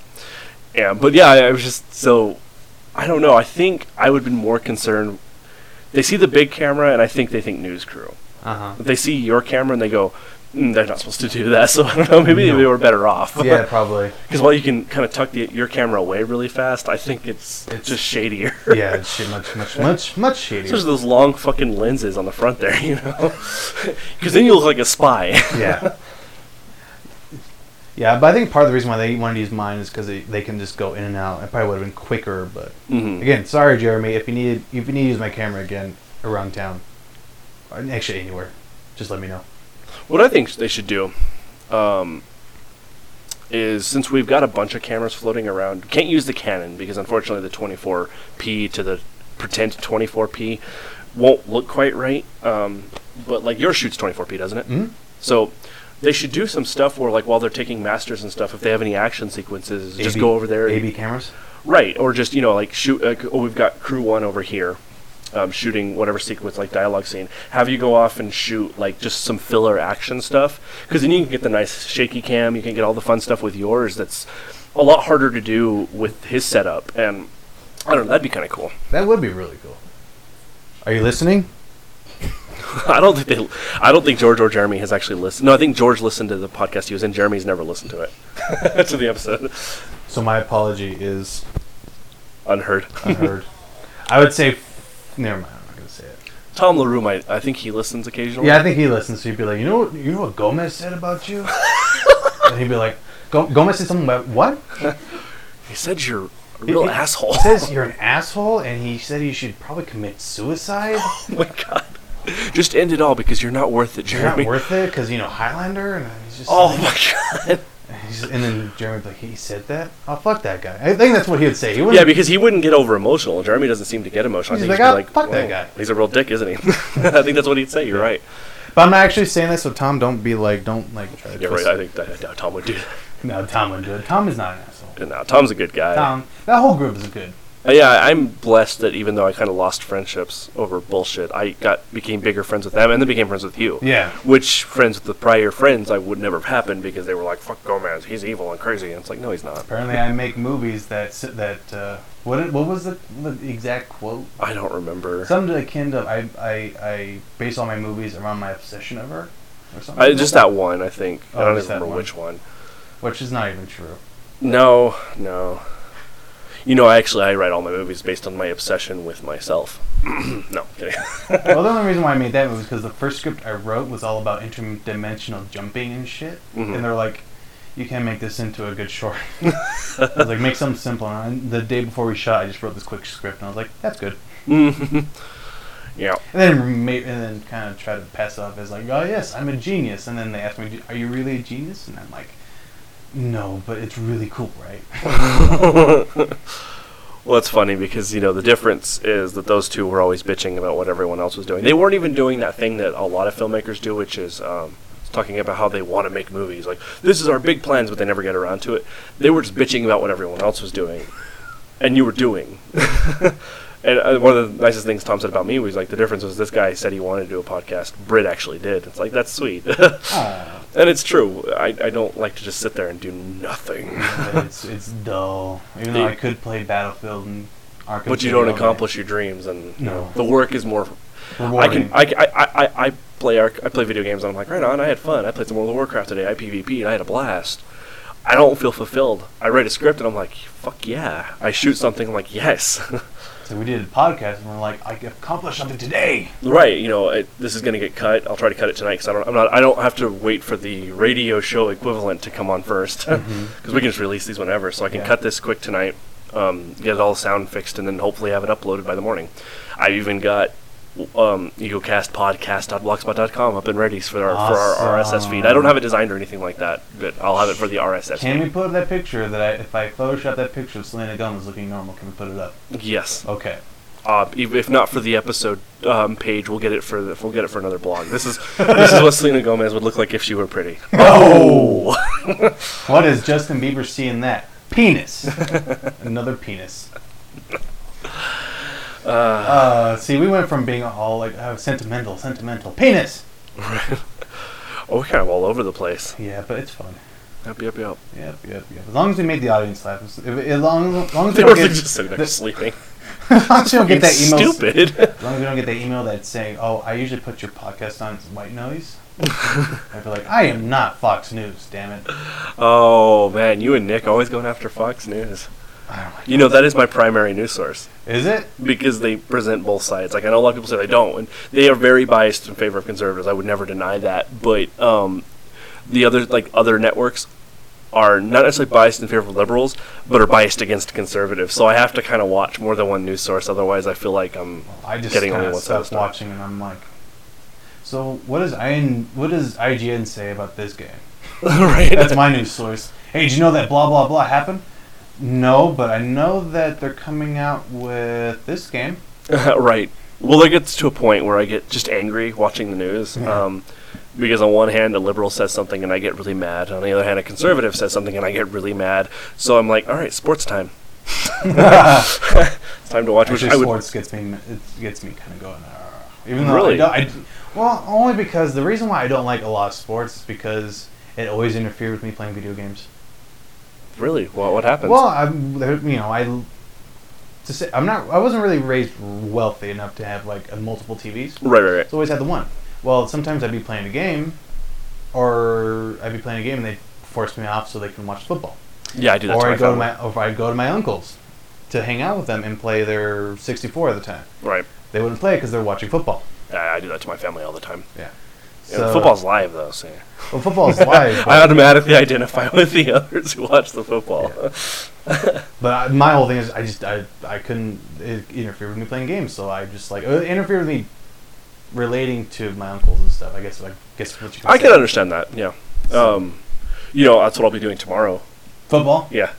B: Yeah, but yeah, I, I was just so I don't know. I think I would have been more concerned. They see the big camera, and I think they think news crew.
A: Uh huh.
B: They see your camera, and they go, mm, they're not supposed to do that. So I don't know. Maybe they were better off.
A: Yeah, probably.
B: Because while you can kind of tuck the, your camera away really fast, I think it's,
A: It's-
B: just shadier.
A: Yeah, it's shit much, much, much, much shadier.
B: Especially those long fucking lenses on the front there, you know? Because then you look like a spy.
A: yeah. Yeah, but I think part of the reason why they wanted to use mine is because they, they can just go in and out. It probably would have been quicker, but
B: Mhm.
A: again, sorry, Jeremy. If you need if you need to use my camera again around town, or actually anywhere, just let me know.
B: What I think they should do um, is since we've got a bunch of cameras floating around, can't use the Canon because unfortunately the 24p to the pretend 24p won't look quite right. Um, but like yours shoots 24p, doesn't it?
A: Mhm.
B: So they should do some stuff where like while they're taking masters and stuff, if they have any action sequences, just
A: AB
B: go over there. and-
A: AB cameras.
B: Right, or just you know like shoot. Uh, oh, we've got crew one over here, um, shooting whatever sequence like dialogue scene. Have you go off and shoot like just some filler action stuff because then you can get the nice shaky cam. You can get all the fun stuff with yours. That's a lot harder to do with his setup, and I don't know. That'd be kind of cool.
A: That would be really cool. Are you listening?
B: I don't think they. I don't think George or Jeremy has actually listened. No, I think George listened to the podcast he was in. Jeremy's never listened to it to the episode.
A: So my apology is
B: Unheard.
A: unheard. I would say, never mind. I'm not gonna say it.
B: Tom Larue might. I think he listens occasionally.
A: Yeah, I think he listens. So he'd be like, you know, what, you know what Gomez said about you, and he'd be like, Go- Gomez said something about what?
B: he said you're a real
A: He- he
B: asshole.
A: says you're an asshole, and he said you should probably commit suicide.
B: Oh my god. Just end it all because you're not worth it,
A: You're not
B: Jeremy.
A: worth it because you know Highlander, and he's just
B: oh
A: like-
B: my god.
A: He's- and then Jeremy's like, he said that? Oh, fuck that guy. I think that's what he would say. He
B: Yeah,
A: wouldn't,
B: because he wouldn't get over emotional. Jeremy doesn't seem to get emotional.
A: He's
B: I think
A: like,
B: he'd
A: "Ah,
B: be
A: fuck that
B: "Whoa,
A: guy."
B: He's a real dick, isn't he? I think that's what he'd say. You're right.
A: but I'm not actually saying that, so Tom, don't be like, don't like. Try to
B: You're
A: twist
B: right. I
A: it.
B: think that, that Tom would do that.
A: No, Tom wouldn't do it. Tom is not an asshole.
B: No, Tom's a good guy.
A: Tom, that whole group is good.
B: Uh, yeah, I'm blessed that even though I kind of lost friendships over bullshit, I got became bigger friends with them and then became friends with you.
A: Yeah.
B: Which friends with the prior friends I would never have happened because they were like, fuck Gomez, he's evil and crazy. And it's like, no, he's not.
A: Apparently, I make movies that s- that uh, what it- what was the, the exact quote?
B: I don't remember.
A: Something akin to I I I base all my movies around my obsession of her, or something.
B: I,
A: like
B: just
A: that,
B: that one, I think.
A: Oh,
B: I don't
A: just
B: even
A: that
B: remember
A: one.
B: which one.
A: which is not even true.
B: No, no. You know, I actually I write all my movies based on my obsession with myself. no, kidding.
A: well, the only reason why I made that movie is because the first script I wrote was all about interdimensional jumping and shit.
B: Mhm.
A: And they're like, you can't make this into a good short. I was like, make something simple. And the day before we shot, I just wrote this quick script, and I was like, that's good.
B: yeah.
A: And then, ma- and then kind of try to pass it off as like, oh yes, I'm a genius. And then they asked me, are you really a genius? And I'm like, No, but it's really cool, right?
B: Well, it's funny because you know the difference is that those two were always bitching about what everyone else was doing. They weren't even doing that thing that a lot of filmmakers do, which is um, talking about how they want to make movies. Like this is our big plans, but they never get around to it. They were just bitching about what everyone else was doing, and you were doing. and uh, one of the nicest things Tom said about me was like the difference was this guy said he wanted to do a podcast. Brit actually did. It's like that's sweet, and
A: Ah,
B: it's true. I, I don't like to just sit there and do nothing.
A: it's it's dull. Even though I could play Battlefield and Arkham.
B: but you
A: City
B: don't
A: all day.
B: accomplish your dreams, and you know,
A: No.
B: the work is more I
A: Rewarding.
B: can I, I, I, I- I play arc, I play video games. And I'm like, right on. I had fun. I played some World of Warcraft today. I PvP and I had a blast. I don't feel fulfilled. I write a script and I'm like, fuck yeah. I shoot something. I'm like, yes.
A: So we did a podcast, and we're like, I accomplished something today.
B: right. You know, it, this is gonna get cut. I'll try to cut it tonight because I don't. I'm not. I don't have to wait for the radio show equivalent to come on first because we can just release these whenever. So I can
A: Yeah.
B: cut this quick tonight. Um, get all the sound fixed and then hopefully have it uploaded by the morning. I've even got um, eaglecastpodcast.blogspot.com up and ready for our, for our RSS feed. I don't have it designed or anything like that, but I'll have it for the RSS
A: Can we put up that picture that I, if I Photoshop that picture of Selena Gomez looking normal, can we put it up?
B: feed. Yes.
A: Okay.
B: Uh, e- if not for the episode um, page, we'll get it for the, we'll get it for another blog. This is this is what Selena Gomez would look like if she were pretty.
A: Oh! what does Justin Bieber see in that? Penis. Another penis. Uh, see, we went from being all like oh, sentimental, sentimental. Penis!
B: Oh, we're kind of all over the place.
A: Yeah, but it's fun.
B: Yep, yep, yep.
A: Yep, yep, yep. As long as we made the audience laugh. As as long as, as long as we
B: They
A: don't get,
B: were just sitting there
A: the-
B: sleeping.
A: as long as we don't get that email.
B: Stupid.
A: As long as we don't get the email that's saying, "Oh, I usually put your podcast on it's white noise," I'd be like, "I am not Fox News, damn it!"
B: oh man, you and Nick always going after Fox News.
A: I don't like-
B: You know that is my primary news source.
A: Is it?
B: because they present both sides. Like I know a lot of people say they don't, and they are very biased in favor of conservatives. I would never deny that, but um, the other like other networks are not necessarily biased in favor of liberals, but are biased against conservatives. So I have to kind of watch more than one news source. Otherwise, I feel like I'm
A: I just
B: Getting
A: kind
B: only
A: of
B: one side of
A: stopped
B: the
A: watching,
B: story.
A: and I'm like, "So what does IN, what does IGN say about this game?"
B: right.
A: That's my news source. Hey, did you know that blah blah blah happened? No, but I know that they're coming out with this game.
B: right. Well, it gets to a point where I get just angry watching the news. Um, because on one hand, a liberal says something and I get really mad. On the other hand, a conservative says something and I get really mad. So I'm like, all right, sports time. it's time to watch. Which
A: Actually,
B: I would,
A: sports gets me it gets me kind of going. "Argh." Even though
B: Really?
A: I don't, I, well, only because the reason why I don't like a lot of sports is because it always interfered with me playing video games.
B: really, what, what happens?
A: Well, I'm there- you know I to say I'm not I wasn't really raised wealthy enough to have like a multiple TVs.
B: right, right, right.
A: So I always had the one. Well, sometimes I'd be playing a game, or I'd be playing a game and they force me off so they can watch football.
B: Yeah, I do that.
A: or I
B: my
A: go to
B: family.
A: my or I'd go to my uncle's to hang out with them and play their 64 at the time.
B: right.
A: They wouldn't play it because they're watching football.
B: I, I do that to my family all the time.
A: Yeah.
B: Yeah,
A: So-
B: football's live though, so yeah.
A: Well, football's live,
B: I
A: but,
B: automatically identify with the others who watch the football.
A: but I, my whole thing is I just I, I couldn't it interfered with me playing games, so I just like it interfered with me relating to my uncles and stuff. I guess like guess what you can
B: I
A: say.
B: can understand that. Yeah. Um, you know, that's what I'll be doing tomorrow.
A: football.
B: Yeah.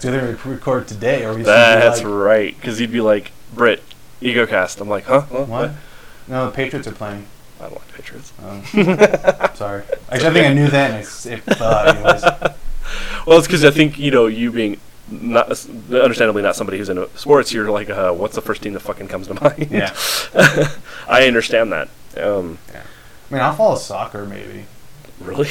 A: Do they rec- record today or we
B: That's
A: like,
B: right. Because you'd be like, Brit, EgoCast. I'm like, huh? Huh?
A: what? No, the Patriots are playing.
B: I don't like the Patriots.
A: Um, sorry. Actually, I think I knew that. And I s- it, uh, anyways.
B: Well, it's because I think, you know, you being not understandably not somebody who's into sports, you're like, uh, what's the first team that fucking comes to mind?
A: Yeah.
B: I understand that. Um,
A: I mean, I'll follow soccer maybe.
B: really?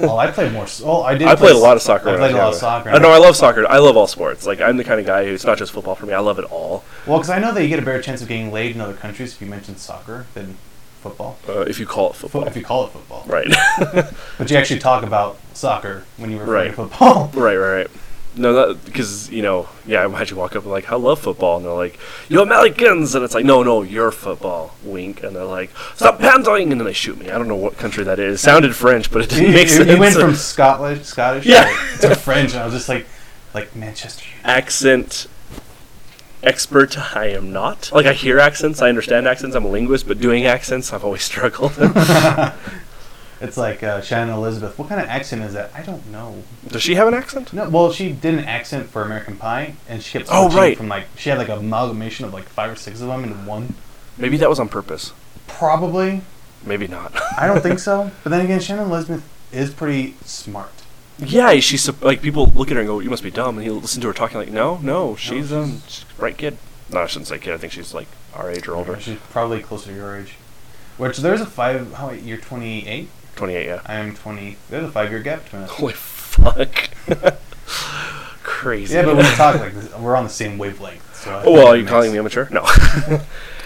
A: Well, I played more. s- Oh, I did.
B: I
A: play
B: played a lot of
A: s-
B: soccer.
A: I
B: when
A: played a
B: was
A: lot of soccer.
B: younger. Uh, I know I love soccer. I love all sports. Like I'm the kind of guy who it's not just football for me. I love it all.
A: Well, because I know that you get a better chance of getting laid in other countries if you mention soccer than football.
B: Uh, if you call it
A: Fo-
B: football,
A: if you call it football,
B: right,
A: but you actually talk about soccer when you refer
B: Right.
A: to football.
B: right, right, right. No, that because you know, yeah. I imagine you walk up and like, I love football, and they're like, you Americans, and it's like, no, no, you're football, wink, and they're like, stop pandering, and then they shoot me. I don't know what country that is. sounded French, but it
A: You,
B: didn't make
A: you-
B: sense.
A: you went from Scottish, Scottish,
B: Yeah.
A: to to French, and I was just like, like Manchester. United.
B: accent expert I am not. Like I hear accents, I understand accents, I'm a linguist, but doing accents I've always struggled.
A: It's like uh, Shannon Elizabeth. What kind of accent is that? I don't know.
B: Does she have an accent?
A: No, well, she did an accent for American Pie, and she kept
B: Oh,
A: switching
B: right.
A: from like she had like an amalgamation of like five or six of them into one.
B: Maybe that was on purpose.
A: Probably,
B: Maybe not.
A: I don't think so. But then again, Shannon Elizabeth is pretty smart.
B: yeah, she's sup- like people look at her and go, "You must be dumb," and you listen to her talking like, "No, no, she's um, she's a bright kid." No, I shouldn't say kid. I think she's like our age or older.
A: She's probably closer to your age. Which there's a five. How wait, you're 28?
B: Twenty-eight. Yeah.
A: I am 20. There's a five year gap between us.
B: Holy fuck. Crazy.
A: Yeah, but we talk like this, we're on the same wavelength. So I
B: Oh,
A: think
B: well,
A: it
B: are you
A: makes-
B: calling me immature? No.
A: Oh,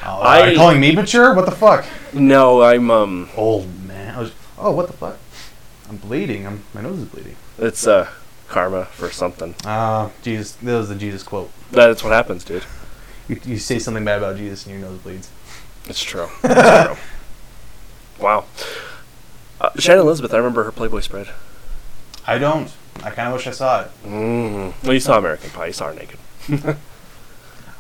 A: are
B: I-
A: you calling me mature? What the fuck?
B: no, I'm um.
A: Old man. I was, oh, what the fuck? I'm bleeding. I'm, my nose is bleeding.
B: It's uh, karma for something.
A: Ah, Jesus. That was the Jesus quote.
B: That's what happens, dude.
A: You, you say something bad about Jesus and your nose bleeds.
B: It's true. It's true. Wow. Uh, Shannon Elizabeth, I remember her Playboy spread.
A: I don't. I kind of wish I saw it.
B: Mm. Well, you saw American Pie. You saw her naked.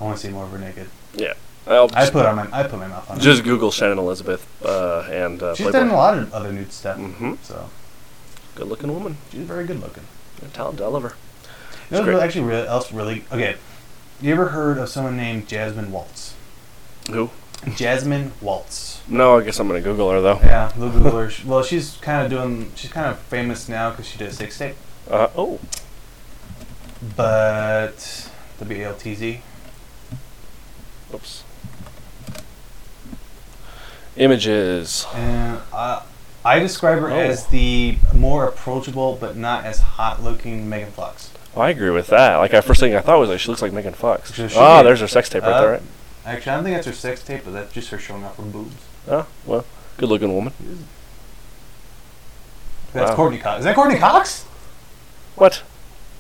A: I want to see more of her naked.
B: Yeah. I'll
A: I
B: just,
A: put on my I put my mouth on.
B: just Google Shannon Elizabeth uh, and uh,
A: it. She's
B: Playboy.
A: done a lot of other nude stuff.
B: Mhm.
A: So
B: Good-looking woman.
A: she's very good looking.
B: A talented. I love her.
A: You know
B: It's
A: what's
B: great.
A: actually really else really okay. You ever heard of someone named Jasmine Waltz?
B: Who?
A: Jasmine Waltz.
B: No, I guess I'm gonna Google her though.
A: Yeah, Lou Googler. Sh- Well, she's kind of doing. She's kind of famous now because she did a six tape.
B: Uh, oh.
A: But the BLTZ.
B: Oops. Images.
A: And uh, I describe her
B: Oh.
A: as the more approachable but not as hot looking Megan Fox.
B: Well, I agree with that. Like, our first thing I thought was like she looks like Megan Fox.
A: She- she
B: Ah,
A: did.
B: there's her sex tape right
A: Uh,
B: there, right?
A: Actually, I don't think that's her sex tape, but that's just her showing off her boobs.
B: Oh, well, good-looking woman.
A: That's
B: Wow.
A: Courtney Cox. Is that Courtney Cox?
B: What?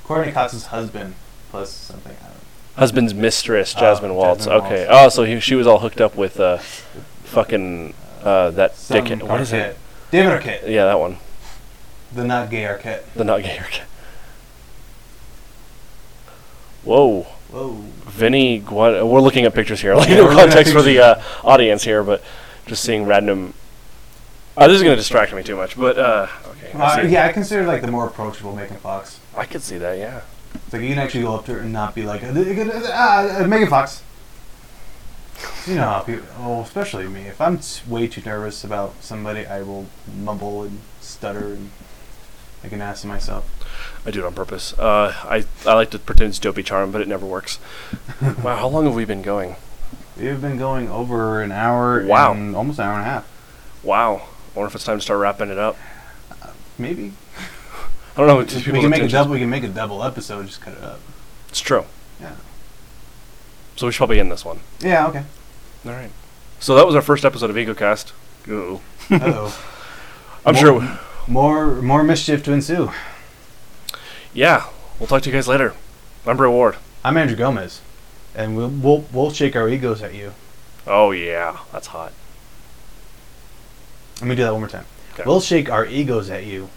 A: Courtney Cox's husband plus something. I don't know.
B: Husband's mistress,
A: Ah,
B: Jasmine Waltz.
A: Jasmine
B: okay. Oh,
A: Waltz.
B: so he, she was all hooked up with uh, fucking uh, that
A: Some
B: dickhead. What is
A: Arquette.
B: it?
A: David Arquette.
B: Yeah, that one.
A: The not gay Arquette.
B: The not gay. Arquette. Whoa,
A: Whoa.
B: Vinny. Guad- we're looking at pictures here. Like
A: Yeah, we're
B: no
A: looking at
B: context for the uh, audience here, but just seeing random. Oh, this is gonna distract me too much. But uh, okay. I
A: Uh,
B: see-
A: yeah, I consider like the more approachable Megan Fox.
B: I could see that. Yeah.
A: It's like you can actually go up to her and not be like, ah, uh, Megan Fox. You know how people, oh, especially me. If I'm s- way too nervous about somebody, I will mumble and stutter and make an ass of myself.
B: I do it on purpose. Uh, I I like to pretend it's dopey charm, but it never works. wow, how long have we been going?
A: We've been going over an hour,
B: Wow.
A: and almost an hour and a half,
B: Wow. I wonder if it's time to start wrapping it up.
A: maybe.
B: I don't know. what these
A: we
B: people's
A: can make a
B: attention-
A: double. We can make a double episode. Just cut it up.
B: It's true.
A: Yeah.
B: So we should probably end this one.
A: Yeah. Okay.
B: All right. So that was our first episode of EcoCast. Ooh.
A: Uh-oh.
B: I'm
A: More-
B: sure.
A: more more mischief to ensue.
B: Yeah. We'll talk to you guys later. I'm Bray Ward.
A: I'm Andrew Gomez, and we'll we'll, we'll shake our egos at you.
B: Oh yeah, that's hot.
A: Let me do that one more time.
B: Okay.
A: We'll shake our egos at you.